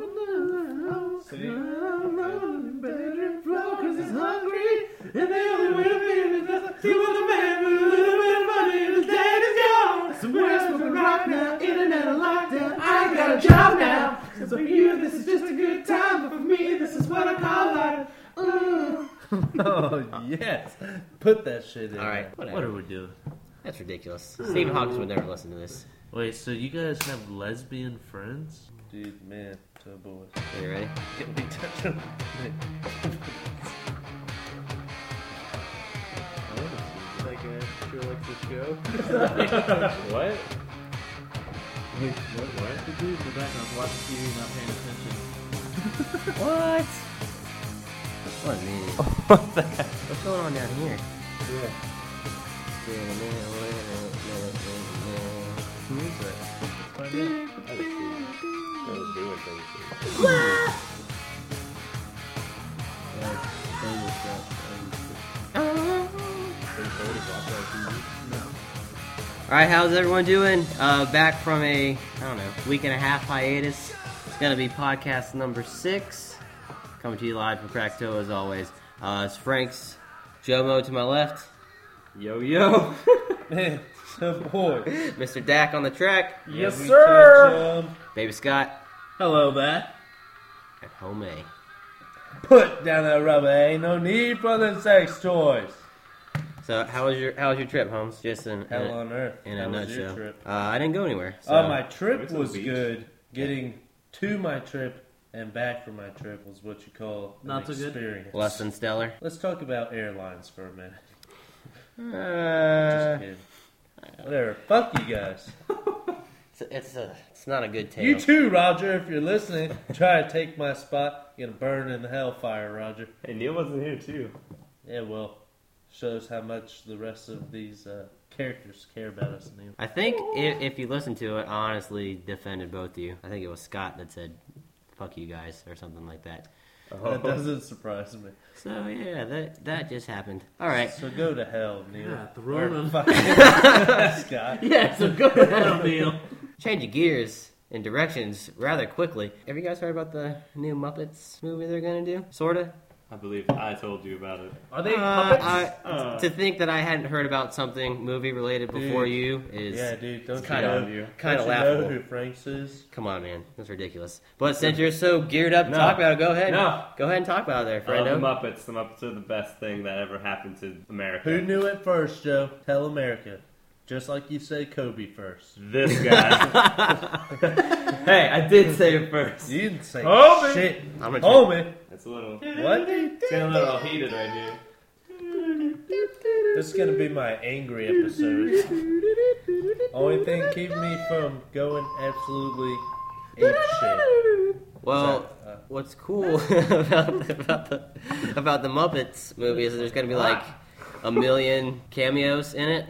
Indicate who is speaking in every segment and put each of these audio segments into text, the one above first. Speaker 1: Oh.
Speaker 2: See?
Speaker 1: Because he's hungry, and the only way to feed him is just he was a man with a little bit of money, and his daddy's gone. Somewhere else moving right now, in and out of lockdown. I ain't got a job now. So for you, this is just a good time, but for me, this is what I call life. Ooh.
Speaker 2: oh yes, put that shit in.
Speaker 3: All right,
Speaker 2: there.
Speaker 1: What
Speaker 3: whatever.
Speaker 1: are we doing?
Speaker 3: That's ridiculous. Stephen Hawking would never listen to this.
Speaker 1: Wait, so you guys have lesbian friends?
Speaker 2: dude, man, to boy.
Speaker 3: Are you ready?
Speaker 2: Get me touch him.
Speaker 4: Like a sure likes the show.
Speaker 1: What?
Speaker 4: Wait, what? What? The dude in the background watching TV, not paying attention.
Speaker 3: What? What is mean? What's going on down here? Who is that? Alright, how's everyone doing? Uh, back from a, I don't know, week and a half hiatus. It's going to be podcast number six. Coming to you live from Crack Toe, as always. Uh, it's Frank's Jomo to my left,
Speaker 4: Yo yo.
Speaker 2: Man, to boy.
Speaker 3: Mr. Dak on the track,
Speaker 4: yes
Speaker 2: Get me
Speaker 4: sir.
Speaker 2: touch 'em.
Speaker 3: Baby Scott,
Speaker 4: Hello there.
Speaker 3: and Homie.
Speaker 2: Put down that rubber. Ain't no need for them sex toys.
Speaker 3: So, how was your how was your trip, Holmes? Just in, in,
Speaker 2: Hell
Speaker 3: a,
Speaker 2: on earth.
Speaker 3: in a
Speaker 2: How was your
Speaker 3: nutshell.
Speaker 2: trip?
Speaker 3: Uh, I didn't go anywhere. So.
Speaker 2: Uh, my trip
Speaker 4: Went to the
Speaker 2: was
Speaker 4: beach.
Speaker 2: good. Getting to my trip and back from my trip was what you call an
Speaker 4: Not so good?
Speaker 2: experience.
Speaker 3: less than stellar.
Speaker 2: Let's talk about airlines for a minute. Just
Speaker 3: Uh,
Speaker 2: kidding. Whatever. Fuck you guys.
Speaker 3: it's, it's a it's not a good tale.
Speaker 2: You too, Roger. If you're listening, try to take my spot. You're gonna burn in the hellfire, Roger.
Speaker 4: Hey, Neil wasn't here too.
Speaker 2: Yeah, well, shows how much the rest of these uh, characters care about us, Neil.
Speaker 3: I think if, if you listen to it, I honestly defended both of you. I think it was Scott that said "fuck you guys" or something like that.
Speaker 2: That
Speaker 3: Oh.
Speaker 2: doesn't surprise me.
Speaker 3: So yeah, that that just happened. All right.
Speaker 2: So go to hell, Neil.
Speaker 4: Yeah, the
Speaker 2: Or
Speaker 4: Rona.
Speaker 2: fucking- Scott.
Speaker 3: Yeah. So good.
Speaker 4: Hello, Neil.
Speaker 3: Change of gears and directions rather quickly. Have you guys heard about the new Muppets movie they're gonna do? Sorta.
Speaker 4: I believe I told you about it.
Speaker 2: Are they
Speaker 3: Uh,
Speaker 2: puppets?
Speaker 3: I-
Speaker 4: Uh,
Speaker 3: to think that I hadn't heard about something movie related before
Speaker 2: Dude.
Speaker 3: you is
Speaker 2: yeah, dude. Don't you
Speaker 3: kinda-
Speaker 2: know,
Speaker 4: you.
Speaker 3: kinda
Speaker 2: don't you
Speaker 3: laughable.
Speaker 2: know who Franks is?
Speaker 3: come on, man, that's ridiculous. But since you're so geared up to
Speaker 4: No.
Speaker 3: talk about it, go ahead.
Speaker 4: No.
Speaker 3: go ahead and talk about it there,
Speaker 5: I
Speaker 6: Um,
Speaker 5: love the
Speaker 3: Frando.
Speaker 5: Muppets. The Muppets are the best thing that ever happened to America.
Speaker 2: Who knew it first, Joe? Tell America. Just like you say Kobe first.
Speaker 4: Mm.
Speaker 5: This guy. hey, I did say it first.
Speaker 2: You didn't say
Speaker 4: Kobe!
Speaker 2: shit.
Speaker 3: I'm gonna try-
Speaker 2: Homie.
Speaker 5: It's a little,
Speaker 2: What?
Speaker 5: it's getting a little heated right here.
Speaker 2: This is gonna be my angry episode. Only thing keeping me from going absolutely ape shit.
Speaker 3: well,
Speaker 2: Uh,
Speaker 3: what's cool about, about the about the Muppets movie is that there's gonna be like a million cameos in it.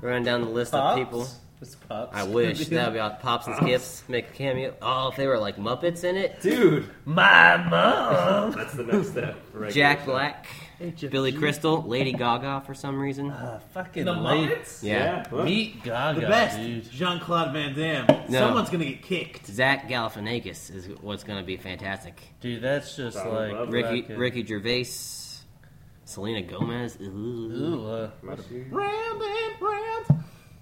Speaker 3: Run down the list
Speaker 2: pops?
Speaker 3: of people.
Speaker 2: It's pops.
Speaker 3: I wish that would be all pops and skips make a cameo. Oh, if they were like Muppets in it,
Speaker 5: Dude,
Speaker 2: my mom.
Speaker 5: that's the next step. Right
Speaker 3: Jack
Speaker 5: here.
Speaker 3: Black, Billy Crystal, Lady Gaga for some reason.
Speaker 2: Ah, fucking
Speaker 4: the
Speaker 2: late.
Speaker 4: Muppets.
Speaker 5: Yeah. look.
Speaker 2: Meet Gaga,
Speaker 4: The best.
Speaker 2: dude.
Speaker 4: Jean Claude Van Damme.
Speaker 3: No.
Speaker 4: Someone's gonna get kicked.
Speaker 3: Zach Galifianakis is what's going to be fantastic.
Speaker 2: Dude, that's just
Speaker 5: Donald
Speaker 2: like
Speaker 5: Glover.
Speaker 3: Ricky
Speaker 2: fucking-
Speaker 3: Ricky Gervais, Selena Gomez. Ooh.
Speaker 2: Ooh, uh,
Speaker 4: Round and round.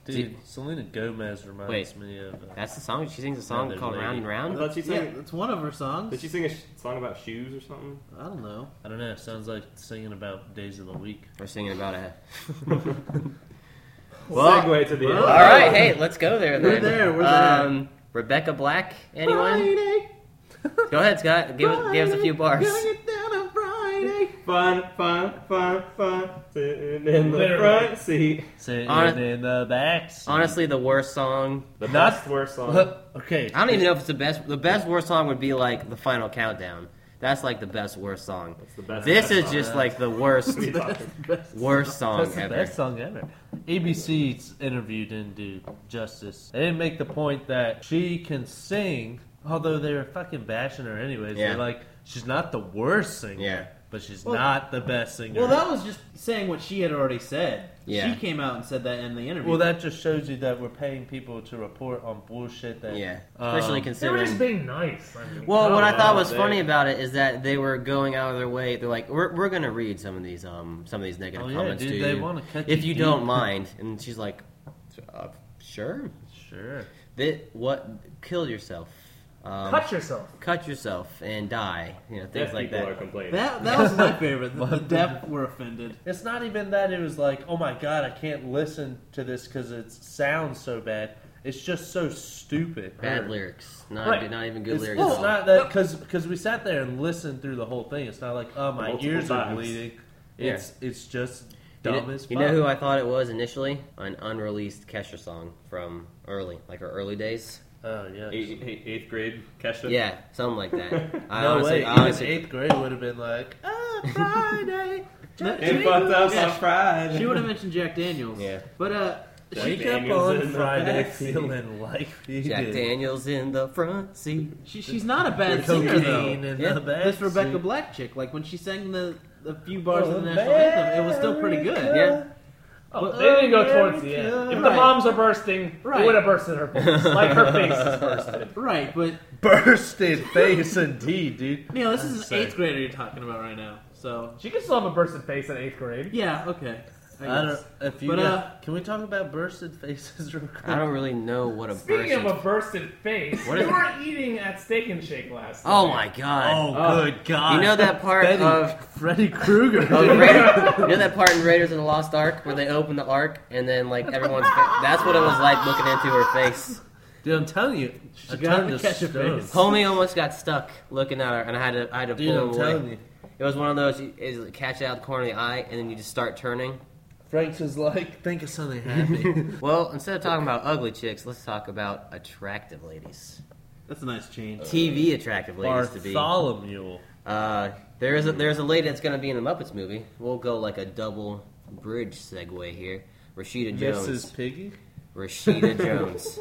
Speaker 2: dude,
Speaker 3: Dude.
Speaker 2: Selena Gomez reminds
Speaker 3: Wait.
Speaker 2: me of. Uh,
Speaker 3: That's the song. She sings a song
Speaker 2: Another
Speaker 3: called
Speaker 2: lady.
Speaker 3: Round and
Speaker 5: I
Speaker 3: Round.
Speaker 5: thought she
Speaker 4: Yeah,
Speaker 5: sang.
Speaker 4: that's one of her songs.
Speaker 5: Did she sing a sh- song about shoes or something?
Speaker 4: I don't know.
Speaker 2: I don't know. It sounds like singing about days of the week.
Speaker 3: We're singing about a. well,
Speaker 5: Segue to the
Speaker 3: all
Speaker 4: Well,
Speaker 5: end.
Speaker 3: right. Hey, let's go there.
Speaker 4: We're
Speaker 3: then.
Speaker 4: there, we're there.
Speaker 3: um, Rebecca Black. Anyone? Go ahead, Scott. Give, us- give us a few bars.
Speaker 5: Fun, fun, fun, fun. Sitting in the
Speaker 2: Literally.
Speaker 5: front seat.
Speaker 2: Sitting
Speaker 3: Hon-
Speaker 2: in the back. seat.
Speaker 3: Honestly, the worst song.
Speaker 5: The
Speaker 2: Not-
Speaker 5: best worst song.
Speaker 2: okay.
Speaker 3: I don't even know if it's the best. The best worst song would be like the Final Countdown. That's like the best worst song.
Speaker 5: It's the best.
Speaker 3: This
Speaker 5: best
Speaker 3: is
Speaker 5: song.
Speaker 3: just like the worst,
Speaker 5: What are you talking
Speaker 3: worst song
Speaker 2: That's the
Speaker 3: ever.
Speaker 2: best song ever. ABC's interview didn't do justice. They didn't make the point that she can sing, although they were fucking bashing her anyways.
Speaker 3: Yeah.
Speaker 2: They're like, she's not the worst singer.
Speaker 3: Yeah.
Speaker 2: but she's
Speaker 1: Well-
Speaker 2: not the best singer.
Speaker 1: Well, that was just saying what she had already said.
Speaker 3: Yeah.
Speaker 1: She came out and said that in the interview.
Speaker 2: Well, that just shows you that we're paying people to report on bullshit that.
Speaker 3: Yeah,
Speaker 2: Um,
Speaker 3: especially
Speaker 6: They were just
Speaker 3: considering.
Speaker 6: being nice. I mean,
Speaker 3: Well, what I
Speaker 2: Oh,
Speaker 6: come
Speaker 3: thought
Speaker 6: on,
Speaker 3: was
Speaker 6: they-
Speaker 3: funny about it is that they were going out of their way. They're like, "We're, we're gonna read some of these um some of these negative
Speaker 2: Oh, yeah,
Speaker 3: comments
Speaker 2: dude,
Speaker 3: to
Speaker 2: they
Speaker 3: you,
Speaker 2: wanna cut
Speaker 3: if
Speaker 2: you
Speaker 3: you
Speaker 2: deep."
Speaker 3: don't mind." And she's like, uh, "Sure,
Speaker 2: Sure.
Speaker 3: that what kill yourself, um,
Speaker 6: Cut yourself.
Speaker 3: cut yourself and die, you know things
Speaker 4: Deaf
Speaker 3: like
Speaker 4: people
Speaker 3: that."
Speaker 4: are complaining.
Speaker 1: that, that was my favorite. The, the deaf were offended.
Speaker 2: It's not even that it was like, oh my god, I can't listen to this because it sounds so bad. It's just so stupid.
Speaker 3: Bad lyrics, not
Speaker 6: Right.
Speaker 3: not even good
Speaker 2: It's,
Speaker 3: lyrics.
Speaker 2: it's
Speaker 3: at all.
Speaker 2: not that because because we sat there and listened through the whole thing. It's not like oh my
Speaker 4: Multiple
Speaker 2: ears are
Speaker 4: times.
Speaker 2: bleeding.
Speaker 3: Yeah.
Speaker 2: It's it's just
Speaker 3: You
Speaker 2: dumb
Speaker 3: kn-
Speaker 2: as fuck.
Speaker 3: You know who I thought it was initially? An unreleased Kesha song from early, like her early days.
Speaker 2: oh yeah.
Speaker 4: Eight- eight- eighth grade, Kesha.
Speaker 3: Yeah, something like that. I
Speaker 2: no
Speaker 3: honestly,
Speaker 2: way.
Speaker 3: I
Speaker 2: even
Speaker 3: honestly-
Speaker 2: eighth grade would have been like oh, Friday.
Speaker 4: It
Speaker 1: She-
Speaker 4: fucked us
Speaker 1: yeah,
Speaker 4: on Friday.
Speaker 1: She would have mentioned Jack Daniels.
Speaker 3: Yeah.
Speaker 1: But uh,
Speaker 4: Jack
Speaker 2: Wake up
Speaker 4: Daniels in
Speaker 2: on
Speaker 4: the
Speaker 2: Friday
Speaker 4: backseat.
Speaker 2: feeling like we
Speaker 3: Jack
Speaker 2: did.
Speaker 3: Daniels in the front seat.
Speaker 1: she, she's not a bad singer though.
Speaker 2: Cocaine in
Speaker 3: Yeah,
Speaker 2: the back.
Speaker 1: This Rebecca Black chick, like when she sang the the few bars
Speaker 2: Oh,
Speaker 1: of the national anthem, it was still pretty good.
Speaker 3: Yeah.
Speaker 6: Oh, they didn't go towards the end. If the
Speaker 1: Right.
Speaker 6: bombs are bursting,
Speaker 1: Right.
Speaker 6: it would have bursted her balls. like her face is bursted.
Speaker 1: Right, but
Speaker 2: Bursted face indeed, dude.
Speaker 1: you know this is an
Speaker 2: Sorry.
Speaker 1: eighth grader you're talking about right now. So
Speaker 6: She could still have a bursted face in eighth grade.
Speaker 1: yeah, okay. I
Speaker 2: I
Speaker 1: guess.
Speaker 2: don't. If you
Speaker 1: But,
Speaker 2: got- can we talk about bursted faces real quick?
Speaker 3: I don't really know what a
Speaker 6: Speaking
Speaker 3: person.
Speaker 6: of a bursted face,
Speaker 3: What
Speaker 6: we
Speaker 3: is-
Speaker 6: were eating at Steak and Shake last night.
Speaker 3: oh my god!
Speaker 2: good God!
Speaker 3: you know that part
Speaker 2: Betty.
Speaker 3: of,
Speaker 2: Freddy Krueger.
Speaker 3: of Ra- Oh, you know that part in Raiders of the Lost Ark where they open the ark and then like everyone's fa- that's what it was like looking into her face.
Speaker 2: Dude, I'm telling you, she
Speaker 1: got
Speaker 2: got
Speaker 1: the
Speaker 2: to
Speaker 1: ketchup
Speaker 2: stone.
Speaker 1: face.
Speaker 3: Homie almost got stuck looking at her, and I had to I had to
Speaker 2: Dude,
Speaker 3: pull
Speaker 2: I'm
Speaker 3: him away.
Speaker 2: telling you,
Speaker 3: It was one of those you is catch it out the corner of the eye, and then you just start turning.
Speaker 2: Frank's is like, think of something happy.
Speaker 3: Well, instead of talking about ugly chicks, let's talk about attractive ladies.
Speaker 1: That's a nice change.
Speaker 3: TV attractive ladies to be.
Speaker 2: Bartholomew.
Speaker 3: Uh, there is a, there's a lady that's going to be in the Muppets movie. We'll go like a double bridge segue here. Rashida Jones.
Speaker 2: Mrs. Piggy.
Speaker 3: Rashida Jones.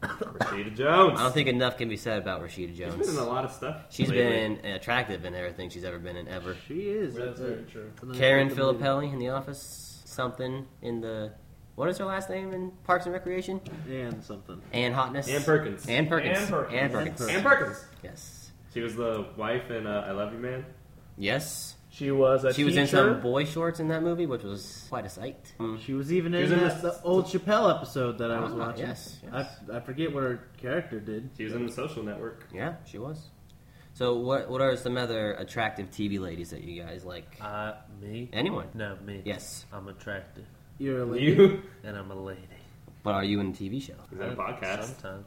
Speaker 4: Rashida Jones.
Speaker 3: I don't think enough can be said about Rashida
Speaker 4: She's been in a
Speaker 3: Jones.
Speaker 4: lot of stuff.
Speaker 3: She's
Speaker 4: lately.
Speaker 3: been attractive in everything she's ever been in ever.
Speaker 1: She is.
Speaker 6: That's
Speaker 1: a-
Speaker 6: very true.
Speaker 1: a nice
Speaker 3: Karen
Speaker 1: looking lady.
Speaker 3: Filippelli in The Office. Something in the. What is her last name in Parks and Recreation?
Speaker 1: and something.
Speaker 3: Ann Hotness.
Speaker 4: Ann Perkins.
Speaker 3: Ann Perkins.
Speaker 6: Ann Perkins.
Speaker 3: Ann Perkins.
Speaker 4: Ann Perkins.
Speaker 3: Yes.
Speaker 4: She was the wife in uh, I Love You Man.
Speaker 3: Yes.
Speaker 6: She was a
Speaker 3: she
Speaker 6: teacher.
Speaker 3: was in some boy shorts in that movie, which was quite a sight. Mm,
Speaker 1: She was even
Speaker 4: She
Speaker 1: in,
Speaker 4: was in
Speaker 1: that,
Speaker 4: this-
Speaker 1: the old Chappelle episode that I was
Speaker 3: Ah,
Speaker 1: watching.
Speaker 3: yes, yes.
Speaker 1: I, I forget what her character did.
Speaker 4: She was in the social network.
Speaker 3: Yeah, she was. So what what are some other attractive TV ladies that you guys like?
Speaker 2: Uh, me?
Speaker 3: Anyone?
Speaker 2: No, me.
Speaker 3: Yes.
Speaker 2: I'm attractive,
Speaker 1: You're a lady.
Speaker 4: You?
Speaker 2: and I'm a lady.
Speaker 3: But are you in a TV show?
Speaker 4: Is that a podcast?
Speaker 2: Sometimes.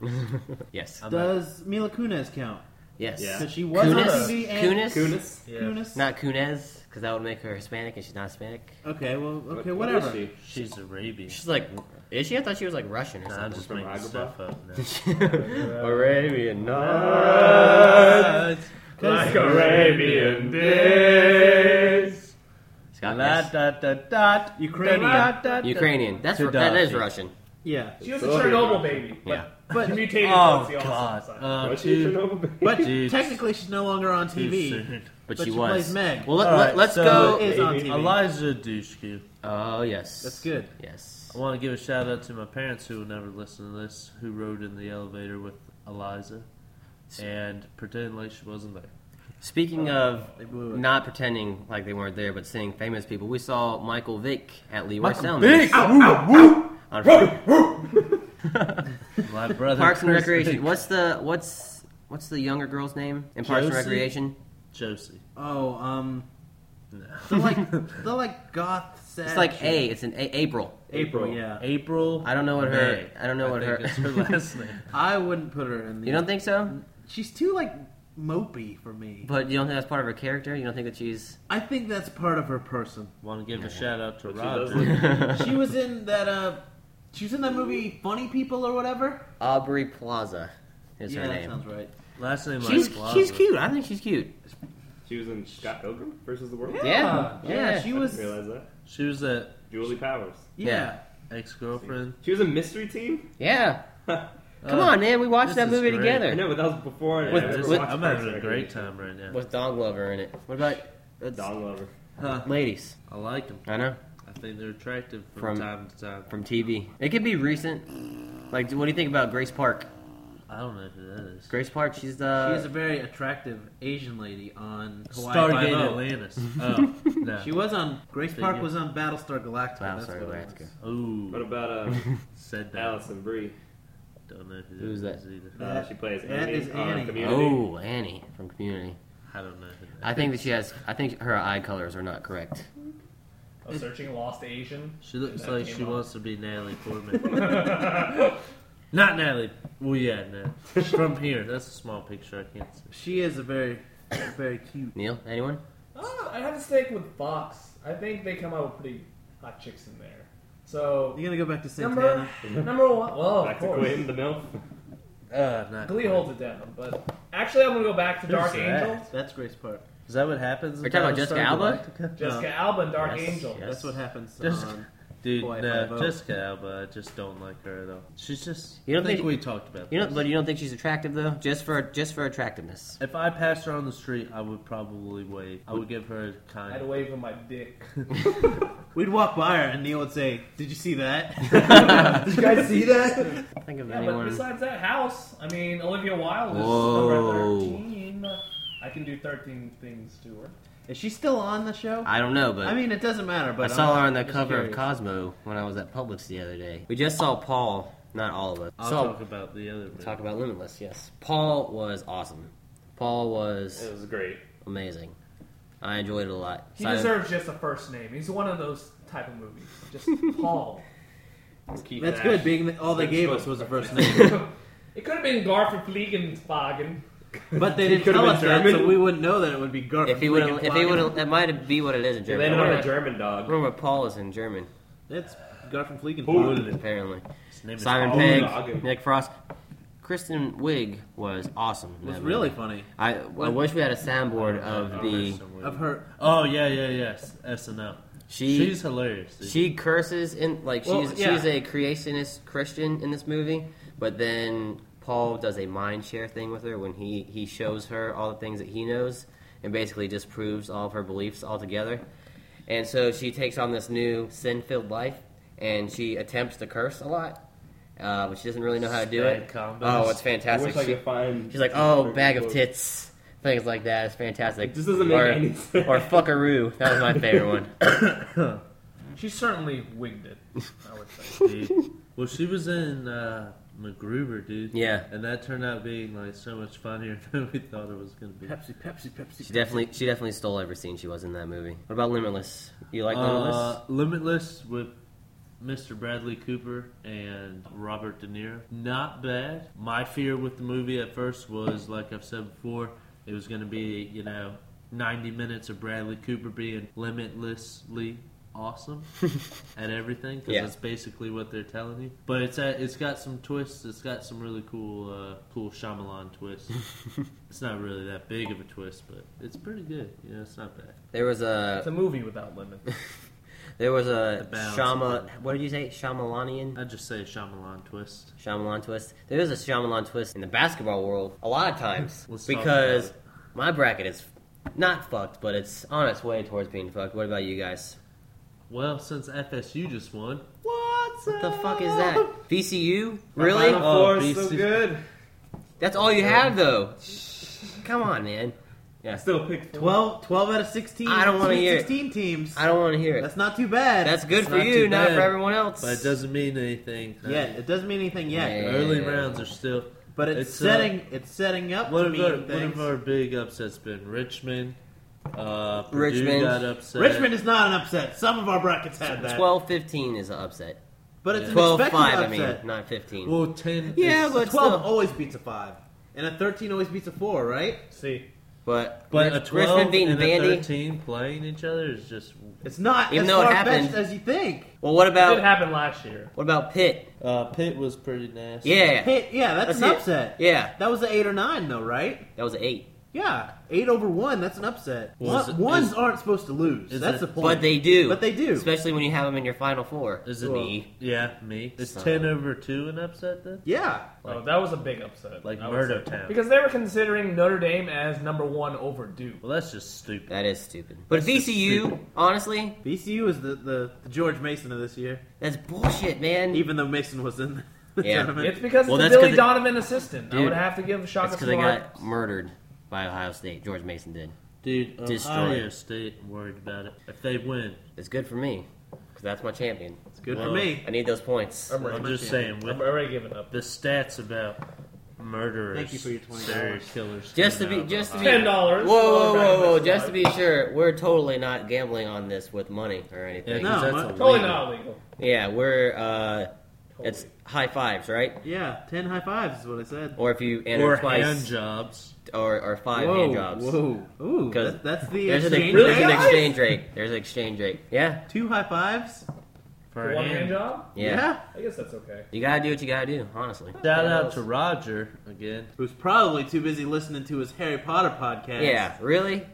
Speaker 3: Yes.
Speaker 2: I'm a-
Speaker 1: Does Mila Kunis count?
Speaker 3: yes.
Speaker 4: Yeah.
Speaker 1: Because she was on
Speaker 3: Kunis?
Speaker 1: TV and
Speaker 3: Kunis?
Speaker 4: Kunis.
Speaker 2: yeah.
Speaker 1: Kunis?
Speaker 3: Not Kunez, because that would make her Hispanic, and she's not Hispanic.
Speaker 1: Okay, well, okay,
Speaker 4: What-
Speaker 1: whatever.
Speaker 4: What is she?
Speaker 2: She's Arabian.
Speaker 3: She's like, is she? I thought she was like Russian or
Speaker 2: Nah, I'm just
Speaker 4: from
Speaker 2: making
Speaker 4: Agrabah?
Speaker 2: stuff up now.
Speaker 3: something. Arabian
Speaker 4: Nights.
Speaker 1: Like
Speaker 4: Arabian days.
Speaker 3: Scott,
Speaker 2: La
Speaker 3: yes.
Speaker 2: da da da.
Speaker 1: Ukrainian.
Speaker 2: Da, da, da, da.
Speaker 3: Ukrainian. That's that is
Speaker 2: Gaddafi.
Speaker 3: Russian.
Speaker 1: Yeah,
Speaker 6: She was a
Speaker 4: Sylvia
Speaker 6: Chernobyl
Speaker 4: Brown.
Speaker 6: baby. But
Speaker 3: Yeah.
Speaker 6: she
Speaker 1: but
Speaker 6: mutated
Speaker 2: Oh
Speaker 6: once the
Speaker 2: God.
Speaker 6: opposite side.
Speaker 2: Uh,
Speaker 4: What's she
Speaker 2: too,
Speaker 4: Chernobyl?
Speaker 1: but
Speaker 2: Dude.
Speaker 1: technically she's no longer on
Speaker 2: too
Speaker 1: TV.
Speaker 2: soon.
Speaker 3: But,
Speaker 1: But
Speaker 3: she,
Speaker 1: she
Speaker 3: was.
Speaker 1: plays Meg.
Speaker 3: Well, let,
Speaker 2: All right,
Speaker 3: let, us
Speaker 2: so
Speaker 3: go.
Speaker 1: It is on TV.
Speaker 2: Eliza Dushku.
Speaker 3: Oh yes,
Speaker 1: That's good.
Speaker 3: Yes.
Speaker 2: I want to give a shout out to my parents who will never listen to this, who rode in the elevator with Eliza and pretended like she wasn't there.
Speaker 3: Speaking
Speaker 1: They
Speaker 3: of
Speaker 1: blew it.
Speaker 3: not pretending like they weren't there, but seeing famous people, we saw Michael Vick at Leroy
Speaker 2: Big!
Speaker 3: Selman's on
Speaker 2: My brother.
Speaker 3: Parks and
Speaker 2: Chris
Speaker 3: Recreation.
Speaker 2: Vick.
Speaker 3: What's the what's what's the younger girl's name in Parks
Speaker 2: Josie?
Speaker 3: and Recreation?
Speaker 2: Josie.
Speaker 1: Oh, um,
Speaker 2: No.
Speaker 1: they're like they're like goth. Sad
Speaker 3: It's like
Speaker 1: shit.
Speaker 3: A. It's an A- April.
Speaker 1: April.
Speaker 4: April.
Speaker 1: Yeah,
Speaker 2: April.
Speaker 3: I don't know what her.
Speaker 2: May.
Speaker 3: I don't know what
Speaker 2: think
Speaker 3: her.
Speaker 2: is her last name.
Speaker 1: I wouldn't put her in the.
Speaker 3: You don't think so?
Speaker 1: she's too like mopey for me?
Speaker 3: But you don't think that's part of her character? You don't think that she's
Speaker 1: I think that's part of her person.
Speaker 2: Want to give a shout out to
Speaker 4: But she does
Speaker 2: Roger.
Speaker 1: She was in that. uh She was in that movie Funny People or whatever.
Speaker 3: Aubrey Plaza? Is
Speaker 1: yeah,
Speaker 3: her
Speaker 1: that
Speaker 3: name?
Speaker 1: sounds right.
Speaker 2: Last name
Speaker 3: She's
Speaker 2: like
Speaker 3: she's
Speaker 2: Plaza.
Speaker 3: cute. I think she's cute.
Speaker 4: She was in Scott Pilgrim versus the World.
Speaker 3: Yeah. Yeah.
Speaker 1: Uh, yeah, she
Speaker 4: I
Speaker 1: was.
Speaker 4: didn't realize that.
Speaker 2: She was a
Speaker 4: Julie Powers.
Speaker 1: yeah.
Speaker 2: ex girlfriend.
Speaker 4: She was a mystery team.
Speaker 3: Yeah. Come
Speaker 2: Oh,
Speaker 3: on, man. We watched
Speaker 2: this
Speaker 3: that
Speaker 2: is
Speaker 3: movie
Speaker 2: great.
Speaker 3: together.
Speaker 4: I know, but that was before. I
Speaker 3: With-
Speaker 4: ever
Speaker 3: with-
Speaker 4: watched
Speaker 2: I'm
Speaker 4: Parks
Speaker 2: having a
Speaker 4: and
Speaker 2: great
Speaker 4: Recreation.
Speaker 2: time right now.
Speaker 3: with Don Glover in it. What about That's,
Speaker 4: Dog lover.
Speaker 3: ladies,
Speaker 2: I like them.
Speaker 3: I know
Speaker 2: I think they're attractive from,
Speaker 3: From-
Speaker 2: time to time.
Speaker 3: from TV. It could be recent. Like, what do you think about Grace Park?
Speaker 2: I don't know who that is.
Speaker 3: Grace Park, she's
Speaker 1: She is
Speaker 3: the
Speaker 1: a very attractive Asian lady on Hawaii
Speaker 2: Stargate
Speaker 1: Five-O.
Speaker 2: Atlantis. Oh, no.
Speaker 1: She was on Grace
Speaker 2: Figure.
Speaker 1: Park was on Battlestar Galactica.
Speaker 3: Wow,
Speaker 1: That's
Speaker 3: sorry,
Speaker 1: what it
Speaker 3: Galactica.
Speaker 1: was.
Speaker 4: What
Speaker 2: Ooh,
Speaker 4: about uh,
Speaker 2: said that.
Speaker 4: Allison Brie?
Speaker 2: Don't know who
Speaker 3: Who's
Speaker 2: is
Speaker 3: that?
Speaker 2: either.
Speaker 4: Uh, she plays
Speaker 1: That
Speaker 4: Annie
Speaker 1: is
Speaker 4: on
Speaker 1: Annie.
Speaker 4: Community.
Speaker 3: oh Annie from Community.
Speaker 2: I don't know who that
Speaker 3: I think that she has. I think her eye colors are not correct.
Speaker 6: Oh, searching Lost Asian.
Speaker 2: She looks
Speaker 6: That
Speaker 2: like
Speaker 6: came
Speaker 2: she
Speaker 6: up.
Speaker 2: wants to be Natalie Portman. Not Natalie. Well, yeah, no. From here, that's a small picture. I can't see.
Speaker 1: She is a very, very cute.
Speaker 3: Neil, anyone?
Speaker 6: Oh, I have a stick with Fox. I think they come out with pretty hot chicks in there. So
Speaker 1: You're gonna go back to Santana.
Speaker 6: number number one. Well,
Speaker 4: Back
Speaker 6: of
Speaker 4: to
Speaker 6: course,
Speaker 4: Quinn, the MILF.
Speaker 2: Uh, not
Speaker 6: Glee holds it down. But actually, I'm gonna go back to Dark Angel.
Speaker 1: That's Grace Park.
Speaker 2: Is that what happens?
Speaker 3: Are you talking about Jessica Alba?
Speaker 6: Jessica Alba and Dark
Speaker 3: Yes,
Speaker 6: Angel.
Speaker 3: yes.
Speaker 1: That's what happens.
Speaker 2: Just-
Speaker 1: on-
Speaker 2: Dude,
Speaker 1: Boy,
Speaker 2: no,
Speaker 1: if I vote.
Speaker 2: Jessica Alba. I just don't like her at all. She's just.
Speaker 3: You don't
Speaker 2: I think,
Speaker 3: think-
Speaker 2: we talked about
Speaker 3: You know,
Speaker 2: this.
Speaker 3: but you don't think she's attractive though, just for just for attractiveness.
Speaker 2: If I passed her on the street, I would probably wave. I would give
Speaker 6: I
Speaker 2: her a
Speaker 6: had to
Speaker 2: kind.
Speaker 6: wave with my dick.
Speaker 1: We'd walk by her and Neil would say, "Did you see that?"
Speaker 6: Did you guys see that?
Speaker 3: Think of
Speaker 6: Yeah, but
Speaker 3: anyone.
Speaker 6: besides that house, I mean, Olivia Wilde is
Speaker 3: Whoa.
Speaker 6: number 13. I can do 13 things to her.
Speaker 1: is she still on the show?
Speaker 3: I don't know, but
Speaker 1: I mean, it doesn't matter.
Speaker 3: I
Speaker 1: But
Speaker 3: saw
Speaker 1: I'm
Speaker 3: her on the
Speaker 1: just
Speaker 3: cover of
Speaker 1: curious.
Speaker 3: Cosmo when I was at Publix the other day. We just saw Paul, not all of us.
Speaker 2: I'll
Speaker 3: saw,
Speaker 2: talk about the other. bit.
Speaker 3: talk about Limitless, yes. Paul was awesome. Paul was
Speaker 4: It was great.
Speaker 3: amazing. I enjoyed it a lot.
Speaker 6: He
Speaker 3: Simon-
Speaker 6: deserves just a first name. He's one of those type of movies. Just Paul.
Speaker 4: Keith
Speaker 1: That's
Speaker 4: Nash.
Speaker 1: good. Being that all they gave us was the first name,
Speaker 6: it could have been Garfield Fliegenfagen.
Speaker 1: but they didn't tell us that, so we wouldn't know that it would be Garf.
Speaker 3: if he would have, if he would have, that might be what it is in
Speaker 4: They
Speaker 3: German.
Speaker 4: landed
Speaker 3: I
Speaker 4: on
Speaker 3: wonder-
Speaker 4: a German dog.
Speaker 3: remember Paul is in German,
Speaker 1: That's Garf and Fleegenfeld.
Speaker 3: apparently.
Speaker 2: His name is
Speaker 3: Simon
Speaker 4: Paul
Speaker 3: Pegg,
Speaker 4: Noggin.
Speaker 3: Nick Frost. Kristen Wiig was awesome. in
Speaker 1: It was
Speaker 3: that
Speaker 1: really
Speaker 3: movie.
Speaker 1: funny.
Speaker 3: I, I wish we had a soundboard
Speaker 4: Oh,
Speaker 3: of the.
Speaker 1: Of her,
Speaker 2: Oh yeah, yeah, yes. SNL.
Speaker 3: She,
Speaker 2: she's hilarious. dude.
Speaker 3: She curses in like she's
Speaker 1: Well, yeah.
Speaker 3: she's a creationist Christian in this movie, but then Paul does a mind share thing with her when he he shows her all the things that he knows and basically disproves all of her beliefs altogether. And so she takes on this new sin-filled life, and she attempts to curse a lot, uh, but she doesn't really know how to do
Speaker 2: Bad
Speaker 3: it.
Speaker 2: combos.
Speaker 3: Oh, it's fantastic!
Speaker 4: I wish I
Speaker 3: She-
Speaker 4: could find.
Speaker 3: she's like, "Oh, bag of tits." Things like that. It's fantastic.
Speaker 4: This doesn't make
Speaker 3: or,
Speaker 4: any sense.
Speaker 3: Or fuckaroo. That was my favorite one.
Speaker 6: She certainly winged it, I would say.
Speaker 2: dude. Well, she was in uh, MacGruber, dude.
Speaker 3: Yeah.
Speaker 2: and that turned out being like so much funnier than we thought it was gonna be.
Speaker 1: Pepsi, Pepsi, Pepsi.
Speaker 3: She definitely she definitely stole every scene she was in that movie. What about Limitless? You like Limitless?
Speaker 2: Uh, Limitless with Mr. Bradley Cooper and Robert De Niro. Not bad. My fear with the movie at first was, like I've said before, it was going to be, you know, 90 minutes of Bradley Cooper being limitlessly awesome at everything because
Speaker 3: Yeah.
Speaker 2: that's basically what they're telling you. But it's at, it's got some twists. It's got some really cool uh, cool Shyamalan twists. it's not really that big of a twist, but it's pretty good. You know, it's not bad.
Speaker 3: There was
Speaker 6: It's a
Speaker 3: a
Speaker 6: movie without limits.
Speaker 3: there was
Speaker 2: The
Speaker 3: a
Speaker 2: Bounce.
Speaker 3: Shama. What did you say? Shyamalanian.
Speaker 2: I would just say Shyamalan twist.
Speaker 3: Shyamalan twist. There is a Shyamalan twist in the basketball world a lot of times
Speaker 2: Let's talk
Speaker 3: because
Speaker 2: about
Speaker 3: my bracket is not fucked, but it's on its way towards being fucked. What about you guys?
Speaker 2: Well, since FSU just won,
Speaker 3: What the fuck is that? VCU?
Speaker 4: Final
Speaker 3: Really?
Speaker 2: Oh,
Speaker 4: Four is so
Speaker 2: BC.
Speaker 4: good.
Speaker 3: That's all you have though. Come on, man.
Speaker 4: I still picked
Speaker 1: 12, 12 out of 16.
Speaker 3: I don't wanna
Speaker 1: Sweet
Speaker 3: hear it.
Speaker 1: 16 teams.
Speaker 3: I don't want to hear it.
Speaker 1: That's not too bad.
Speaker 3: That's good
Speaker 2: It's
Speaker 3: for
Speaker 2: not
Speaker 3: you,
Speaker 2: too
Speaker 3: not for
Speaker 2: bad,
Speaker 3: everyone else.
Speaker 2: but it doesn't mean anything. Uh,
Speaker 1: Yeah, it doesn't mean anything yet.
Speaker 3: Yeah.
Speaker 2: Early rounds are still.
Speaker 1: But it's,
Speaker 2: It's, uh,
Speaker 1: setting it's setting up
Speaker 2: One
Speaker 1: to
Speaker 2: of,
Speaker 1: mean
Speaker 2: our, one
Speaker 1: things.
Speaker 2: of our big upsets been Richmond. Uh, Purdue
Speaker 3: Richmond.
Speaker 2: got upset.
Speaker 1: Richmond is not an upset. Some of our brackets had that.
Speaker 3: 12 15 is an upset.
Speaker 1: but it's an
Speaker 3: 12
Speaker 1: expected
Speaker 3: 5, I
Speaker 1: upset.
Speaker 3: mean, not 15.
Speaker 2: Well, ten.
Speaker 3: Yeah,
Speaker 2: is-
Speaker 3: but
Speaker 1: a 12
Speaker 3: still.
Speaker 1: always beats a 5. And a 13 always beats a 4, right?
Speaker 6: See,
Speaker 3: but
Speaker 2: but a
Speaker 3: Rich-
Speaker 2: twelve and a
Speaker 3: Vandy.
Speaker 2: thirteen playing each other is just.
Speaker 1: It's not
Speaker 3: Even
Speaker 1: as
Speaker 3: though it
Speaker 1: far-fetched
Speaker 3: happened-
Speaker 1: as you think.
Speaker 3: Well, what
Speaker 6: it did
Speaker 3: about
Speaker 6: happen last year.
Speaker 3: what about Pitt?
Speaker 2: Uh, Pitt was pretty nasty.
Speaker 3: Yeah.
Speaker 1: Hey, yeah, that's,
Speaker 3: That's
Speaker 1: an
Speaker 3: it.
Speaker 1: upset.
Speaker 3: Yeah,
Speaker 1: That was an 8 or 9, though, right?
Speaker 3: that was an 8.
Speaker 1: Yeah, eight over one. That's an upset.
Speaker 2: Well, is
Speaker 1: One-
Speaker 2: it-
Speaker 1: ones
Speaker 2: is-
Speaker 1: aren't supposed to lose.
Speaker 2: is
Speaker 1: That's
Speaker 2: it-
Speaker 1: the point.
Speaker 3: But they do.
Speaker 1: But they do.
Speaker 3: Especially when you have them in your final four.
Speaker 2: Is it
Speaker 3: me?
Speaker 2: Yeah, me. Is
Speaker 3: So-
Speaker 2: ten over two an upset then?
Speaker 1: yeah,
Speaker 6: oh, that was a big upset.
Speaker 2: Like
Speaker 6: I would say.
Speaker 2: Murdo Town.
Speaker 6: Because they were considering Notre Dame as number one over Duke.
Speaker 2: well, that's just stupid.
Speaker 3: That is stupid. But
Speaker 2: That's just
Speaker 3: VCU,
Speaker 2: stupid.
Speaker 3: honestly,
Speaker 1: VCU is the, the, the George Mason of this year.
Speaker 3: that's bullshit, man.
Speaker 1: Even though Mason was in the
Speaker 3: Yeah.
Speaker 1: tournament.
Speaker 6: It's because
Speaker 3: Well,
Speaker 6: it's
Speaker 3: that's
Speaker 6: the Billy
Speaker 3: 'cause it-
Speaker 6: Donovan assistant. I
Speaker 3: Dude,
Speaker 6: would have to give Shaka
Speaker 3: That's
Speaker 6: Smart.
Speaker 3: because they got murdered by Ohio State. George Mason did.
Speaker 2: Dude,
Speaker 3: Destroy
Speaker 2: Ohio
Speaker 3: it.
Speaker 2: State I'm worried about it. If they win,
Speaker 3: It's good for me because that's my champion.
Speaker 1: It's good
Speaker 2: Well,
Speaker 1: for me.
Speaker 3: I need those points.
Speaker 6: I'm,
Speaker 2: I'm
Speaker 6: already-
Speaker 2: just saying with
Speaker 6: I'm already giving up.
Speaker 2: the stats about murderers,
Speaker 1: Thank you for your $20.
Speaker 2: serial killers.
Speaker 3: Just to
Speaker 2: coming
Speaker 3: be,
Speaker 2: out of
Speaker 3: just to be,
Speaker 2: Ohio.
Speaker 6: Ten dollars.
Speaker 3: Whoa, whoa, whoa, whoa! Just to be sure, we're totally not gambling on this with money or
Speaker 2: Yeah,
Speaker 3: anything.
Speaker 2: 'cause
Speaker 1: No,
Speaker 2: that's
Speaker 1: my-
Speaker 2: a
Speaker 6: Totally
Speaker 2: win.
Speaker 6: not illegal.
Speaker 3: Yeah, we're uh,
Speaker 6: Totally.
Speaker 3: it's high fives, right?
Speaker 1: Yeah, ten high fives is what I said.
Speaker 3: Or if you enter
Speaker 2: Or
Speaker 3: twice,
Speaker 2: hand jobs.
Speaker 3: or or five
Speaker 1: whoa,
Speaker 3: hand jobs.
Speaker 1: whoa, ooh,
Speaker 3: 'Cause
Speaker 1: that, that's the
Speaker 3: There's, an,
Speaker 1: exchange
Speaker 3: there's an
Speaker 1: rate.
Speaker 6: guys?
Speaker 3: exchange rate. There's an exchange rate. Yeah,
Speaker 1: Two high fives.
Speaker 2: For
Speaker 6: For
Speaker 2: a
Speaker 6: one hand
Speaker 2: hand
Speaker 6: job.
Speaker 3: yeah.
Speaker 6: I guess that's okay.
Speaker 3: You gotta do what you gotta do, honestly.
Speaker 2: Shout out to Roger again.
Speaker 1: who's probably too busy listening to his Harry Potter podcast.
Speaker 3: Yeah, really.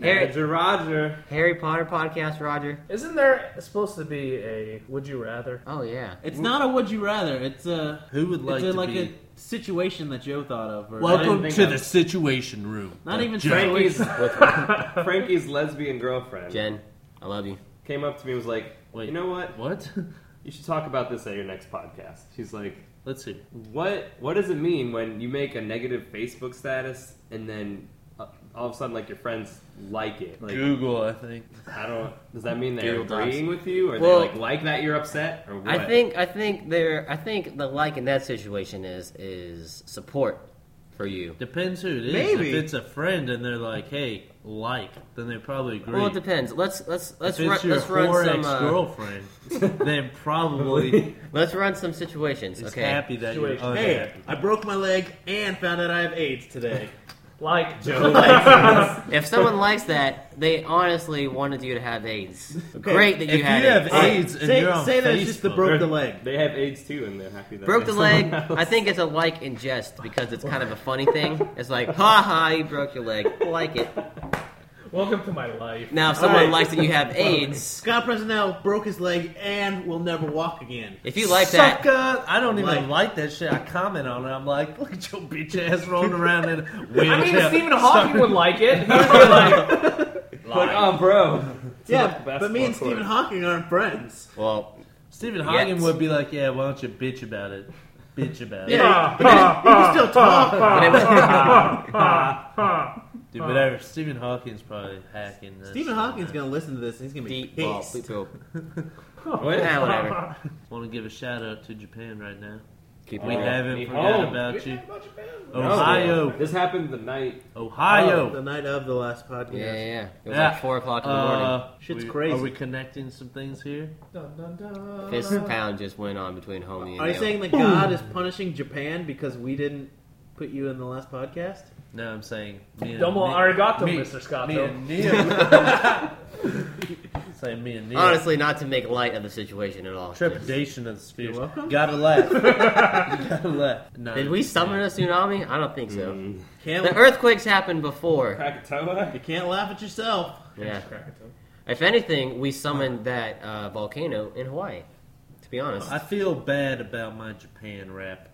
Speaker 3: Harry,
Speaker 4: Roger, Roger.
Speaker 3: Harry Potter podcast, Roger.
Speaker 6: Isn't there supposed to be a would you rather?
Speaker 3: Oh yeah.
Speaker 1: it's not a would you rather. It's a
Speaker 2: Who would like
Speaker 1: it's a,
Speaker 2: to
Speaker 1: like
Speaker 2: be?
Speaker 1: a situation that Joe thought of. Or
Speaker 2: Welcome
Speaker 4: think
Speaker 2: to
Speaker 4: of-
Speaker 2: the Situation Room.
Speaker 1: Not
Speaker 2: with
Speaker 1: even
Speaker 2: Joe.
Speaker 1: Frank.
Speaker 4: Frankie's,
Speaker 3: With
Speaker 4: Frankie's lesbian girlfriend
Speaker 3: Jen, I love you.
Speaker 4: came up to me and was like,
Speaker 2: Wait.
Speaker 4: you know what?
Speaker 2: What?
Speaker 4: You should talk about this at your next podcast. She's like,
Speaker 2: Let's see.
Speaker 4: what What does it mean when you make a negative Facebook status and then uh, all of a sudden, like, your friends like it? Like,
Speaker 2: Google, I think.
Speaker 4: I don't. Does that mean they're
Speaker 3: Google Docs.
Speaker 4: agreeing with you, or
Speaker 3: Well-
Speaker 4: they like like that you're upset, or what?
Speaker 3: I think I think there I think the like in that situation is is support for you.
Speaker 2: Depends who it is.
Speaker 1: Maybe.
Speaker 2: If it's a friend and they're like, "Hey, like," then they probably agree.
Speaker 3: Well, it depends. Let's let's let's
Speaker 2: if
Speaker 3: run,
Speaker 2: it's your
Speaker 3: let's run
Speaker 2: whore
Speaker 3: some uh,
Speaker 2: ex-girlfriend, then probably
Speaker 3: let's run some situations.
Speaker 2: is
Speaker 3: Okay.
Speaker 2: happy that you're
Speaker 6: Situation.
Speaker 2: unhappy.
Speaker 1: Hey, I broke my leg and found out I have AIDS today.
Speaker 6: Like
Speaker 3: If someone likes that, they honestly wanted you to have AIDS. Great that you
Speaker 2: if you
Speaker 3: had
Speaker 2: have
Speaker 3: AIDS.
Speaker 1: Alright,
Speaker 2: AIDS and
Speaker 1: say
Speaker 2: you're on
Speaker 1: say that it's just the
Speaker 2: Facebook.
Speaker 1: broke the leg.
Speaker 4: they have AIDS too, and they're happy that
Speaker 3: Broke the
Speaker 4: there's
Speaker 3: leg.
Speaker 4: someone
Speaker 3: I
Speaker 4: else.
Speaker 3: think it's a like in jest because it's kind of a funny thing. It's like, ha ha, you broke your leg. Like it.
Speaker 6: welcome to my life.
Speaker 3: Now, if someone
Speaker 1: Alright.
Speaker 3: likes that you have AIDS,
Speaker 1: Scott Presnell broke his leg and will never walk again.
Speaker 3: if you like that,
Speaker 2: Sucker! I don't even
Speaker 1: Like-
Speaker 2: like. that shit. I comment on it. I'm like, look at your bitch ass rolling around in a wheelchair.
Speaker 6: I mean, if Stephen Hawking would like it. He would be like,
Speaker 4: like,
Speaker 1: um,
Speaker 4: oh, bro.
Speaker 1: yeah,
Speaker 4: the
Speaker 1: but me
Speaker 4: basketball
Speaker 1: and Stephen
Speaker 4: court.
Speaker 1: Hawking aren't friends.
Speaker 3: well,
Speaker 2: Stephen Hawking
Speaker 3: Yet.
Speaker 2: would be like, yeah, why don't you bitch about it? Bitch about it.
Speaker 1: Yeah, but he, he can still talk.
Speaker 3: but it was,
Speaker 2: Dude, whatever. Stephen Hawking's probably hacking this.
Speaker 1: Stephen Hawking's gonna listen to this and he's gonna be
Speaker 3: deep. Well,
Speaker 1: pissed.
Speaker 3: poop.
Speaker 4: What?
Speaker 3: Nah, whatever.
Speaker 2: Want to give a shout out to Japan right now.
Speaker 3: Keep
Speaker 2: We
Speaker 3: it going.
Speaker 2: haven't
Speaker 4: we-
Speaker 2: forgot
Speaker 4: oh,
Speaker 2: about
Speaker 6: "Bitch,
Speaker 2: you.
Speaker 6: ain't much of a man."
Speaker 2: Ohio.
Speaker 4: This happened the night.
Speaker 1: Oh,
Speaker 2: Ohio.
Speaker 1: the night of the last podcast.
Speaker 3: Yeah, yeah, yeah. It was
Speaker 2: Yeah.
Speaker 3: like four o'clock in the morning.
Speaker 2: Uh,
Speaker 1: Shit's
Speaker 2: we-
Speaker 1: crazy.
Speaker 2: Are we connecting some things here?
Speaker 6: Dun, dun, dun.
Speaker 3: Fist pound just went on between homie and
Speaker 1: Are you
Speaker 3: Dale.
Speaker 1: saying that God is punishing Japan because we didn't put you in the last podcast?
Speaker 2: No, I'm saying. Me and
Speaker 6: Domo
Speaker 2: me-
Speaker 6: arigato,
Speaker 2: me-
Speaker 6: Mr. Scott.
Speaker 2: Me
Speaker 6: though.
Speaker 2: and Neil. Say me and Neil.
Speaker 3: Honestly, not to make light of the situation at all.
Speaker 2: Trepidation of the spheres.
Speaker 1: You're welcome.
Speaker 2: Gotta laugh. Gotta laugh. No,
Speaker 3: Did we summon a tsunami? I don't think so.
Speaker 2: Mm.
Speaker 1: Can't
Speaker 3: The earthquakes happened before.
Speaker 4: Krakatoa?
Speaker 1: you can't laugh at yourself.
Speaker 3: Yeah.
Speaker 6: Krakatoa.
Speaker 3: If anything, we summoned that uh, volcano in Hawaii. To be honest,
Speaker 2: I feel bad about my Japan rap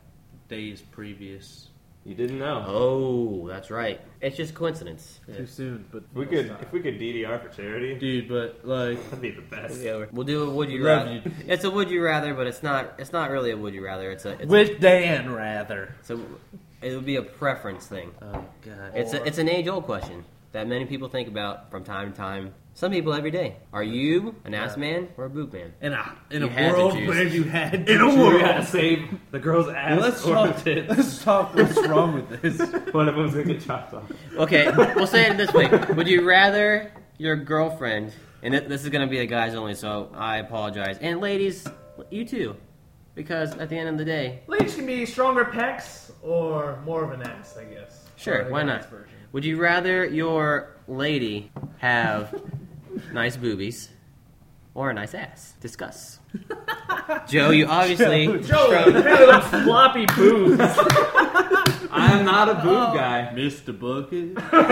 Speaker 2: days previous.
Speaker 4: You didn't know.
Speaker 3: oh, that's right. It's just coincidence.
Speaker 1: Too soon, but
Speaker 4: If we could, if we could DDR for charity,
Speaker 2: Dude, but like.
Speaker 4: that'd be the best.
Speaker 3: We'll do a would you
Speaker 2: Love
Speaker 3: rather.
Speaker 2: you.
Speaker 3: It's a would you rather, but it's not. It's not really a would you rather. It's a. It's,
Speaker 2: With Dan, rather.
Speaker 3: so it would be a preference thing.
Speaker 2: Oh, God.
Speaker 3: It's a, it's an age old question that many people think about from time to time. Some people every day. Are you an ass man or a boob man?
Speaker 2: in a, in
Speaker 3: You
Speaker 2: a
Speaker 3: had to
Speaker 2: world
Speaker 3: choose.
Speaker 2: where you had
Speaker 1: In a
Speaker 2: to
Speaker 1: world.
Speaker 4: We gotta save the girl's ass.
Speaker 2: Let's
Speaker 4: or
Speaker 2: talk, let's talk what's wrong with this.
Speaker 4: One of them's gonna get chopped off.
Speaker 3: Okay, we'll say it this way: Would you rather your girlfriend? And it, this is going to be a guys only, so I apologize. And ladies, you too, because at the end of the day,
Speaker 6: Ladies can be stronger pecs or more of an ass, I guess.
Speaker 3: Sure,
Speaker 6: Or the
Speaker 3: why
Speaker 6: guy's
Speaker 3: not?
Speaker 6: version.
Speaker 3: would you rather your lady have nice boobies or a nice ass? Discuss. Joe, you obviously
Speaker 6: Joe, apparently those floppy boobs.
Speaker 4: I'm not a boob guy.
Speaker 2: Mr. Bucket.
Speaker 3: All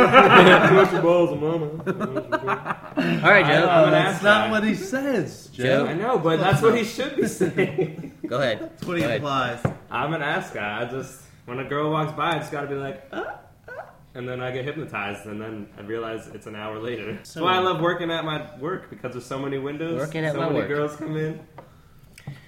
Speaker 3: right, Joe.
Speaker 4: I'm an
Speaker 2: That's
Speaker 4: ass
Speaker 2: not
Speaker 4: guy.
Speaker 2: what he says, Joe.
Speaker 3: Joe,
Speaker 4: I know, but that's what he should be saying.
Speaker 3: go ahead.
Speaker 2: That's what he
Speaker 3: Go ahead.
Speaker 2: implies.
Speaker 4: I'm an ass guy. I just when a girl walks by, I just gotta be like, uh, uh, and then I get hypnotized, and then I realize it's an hour later. That's why I love working at my work because there's so many windows.
Speaker 3: Working at
Speaker 4: so
Speaker 3: my
Speaker 4: many
Speaker 3: work.
Speaker 4: girls come in.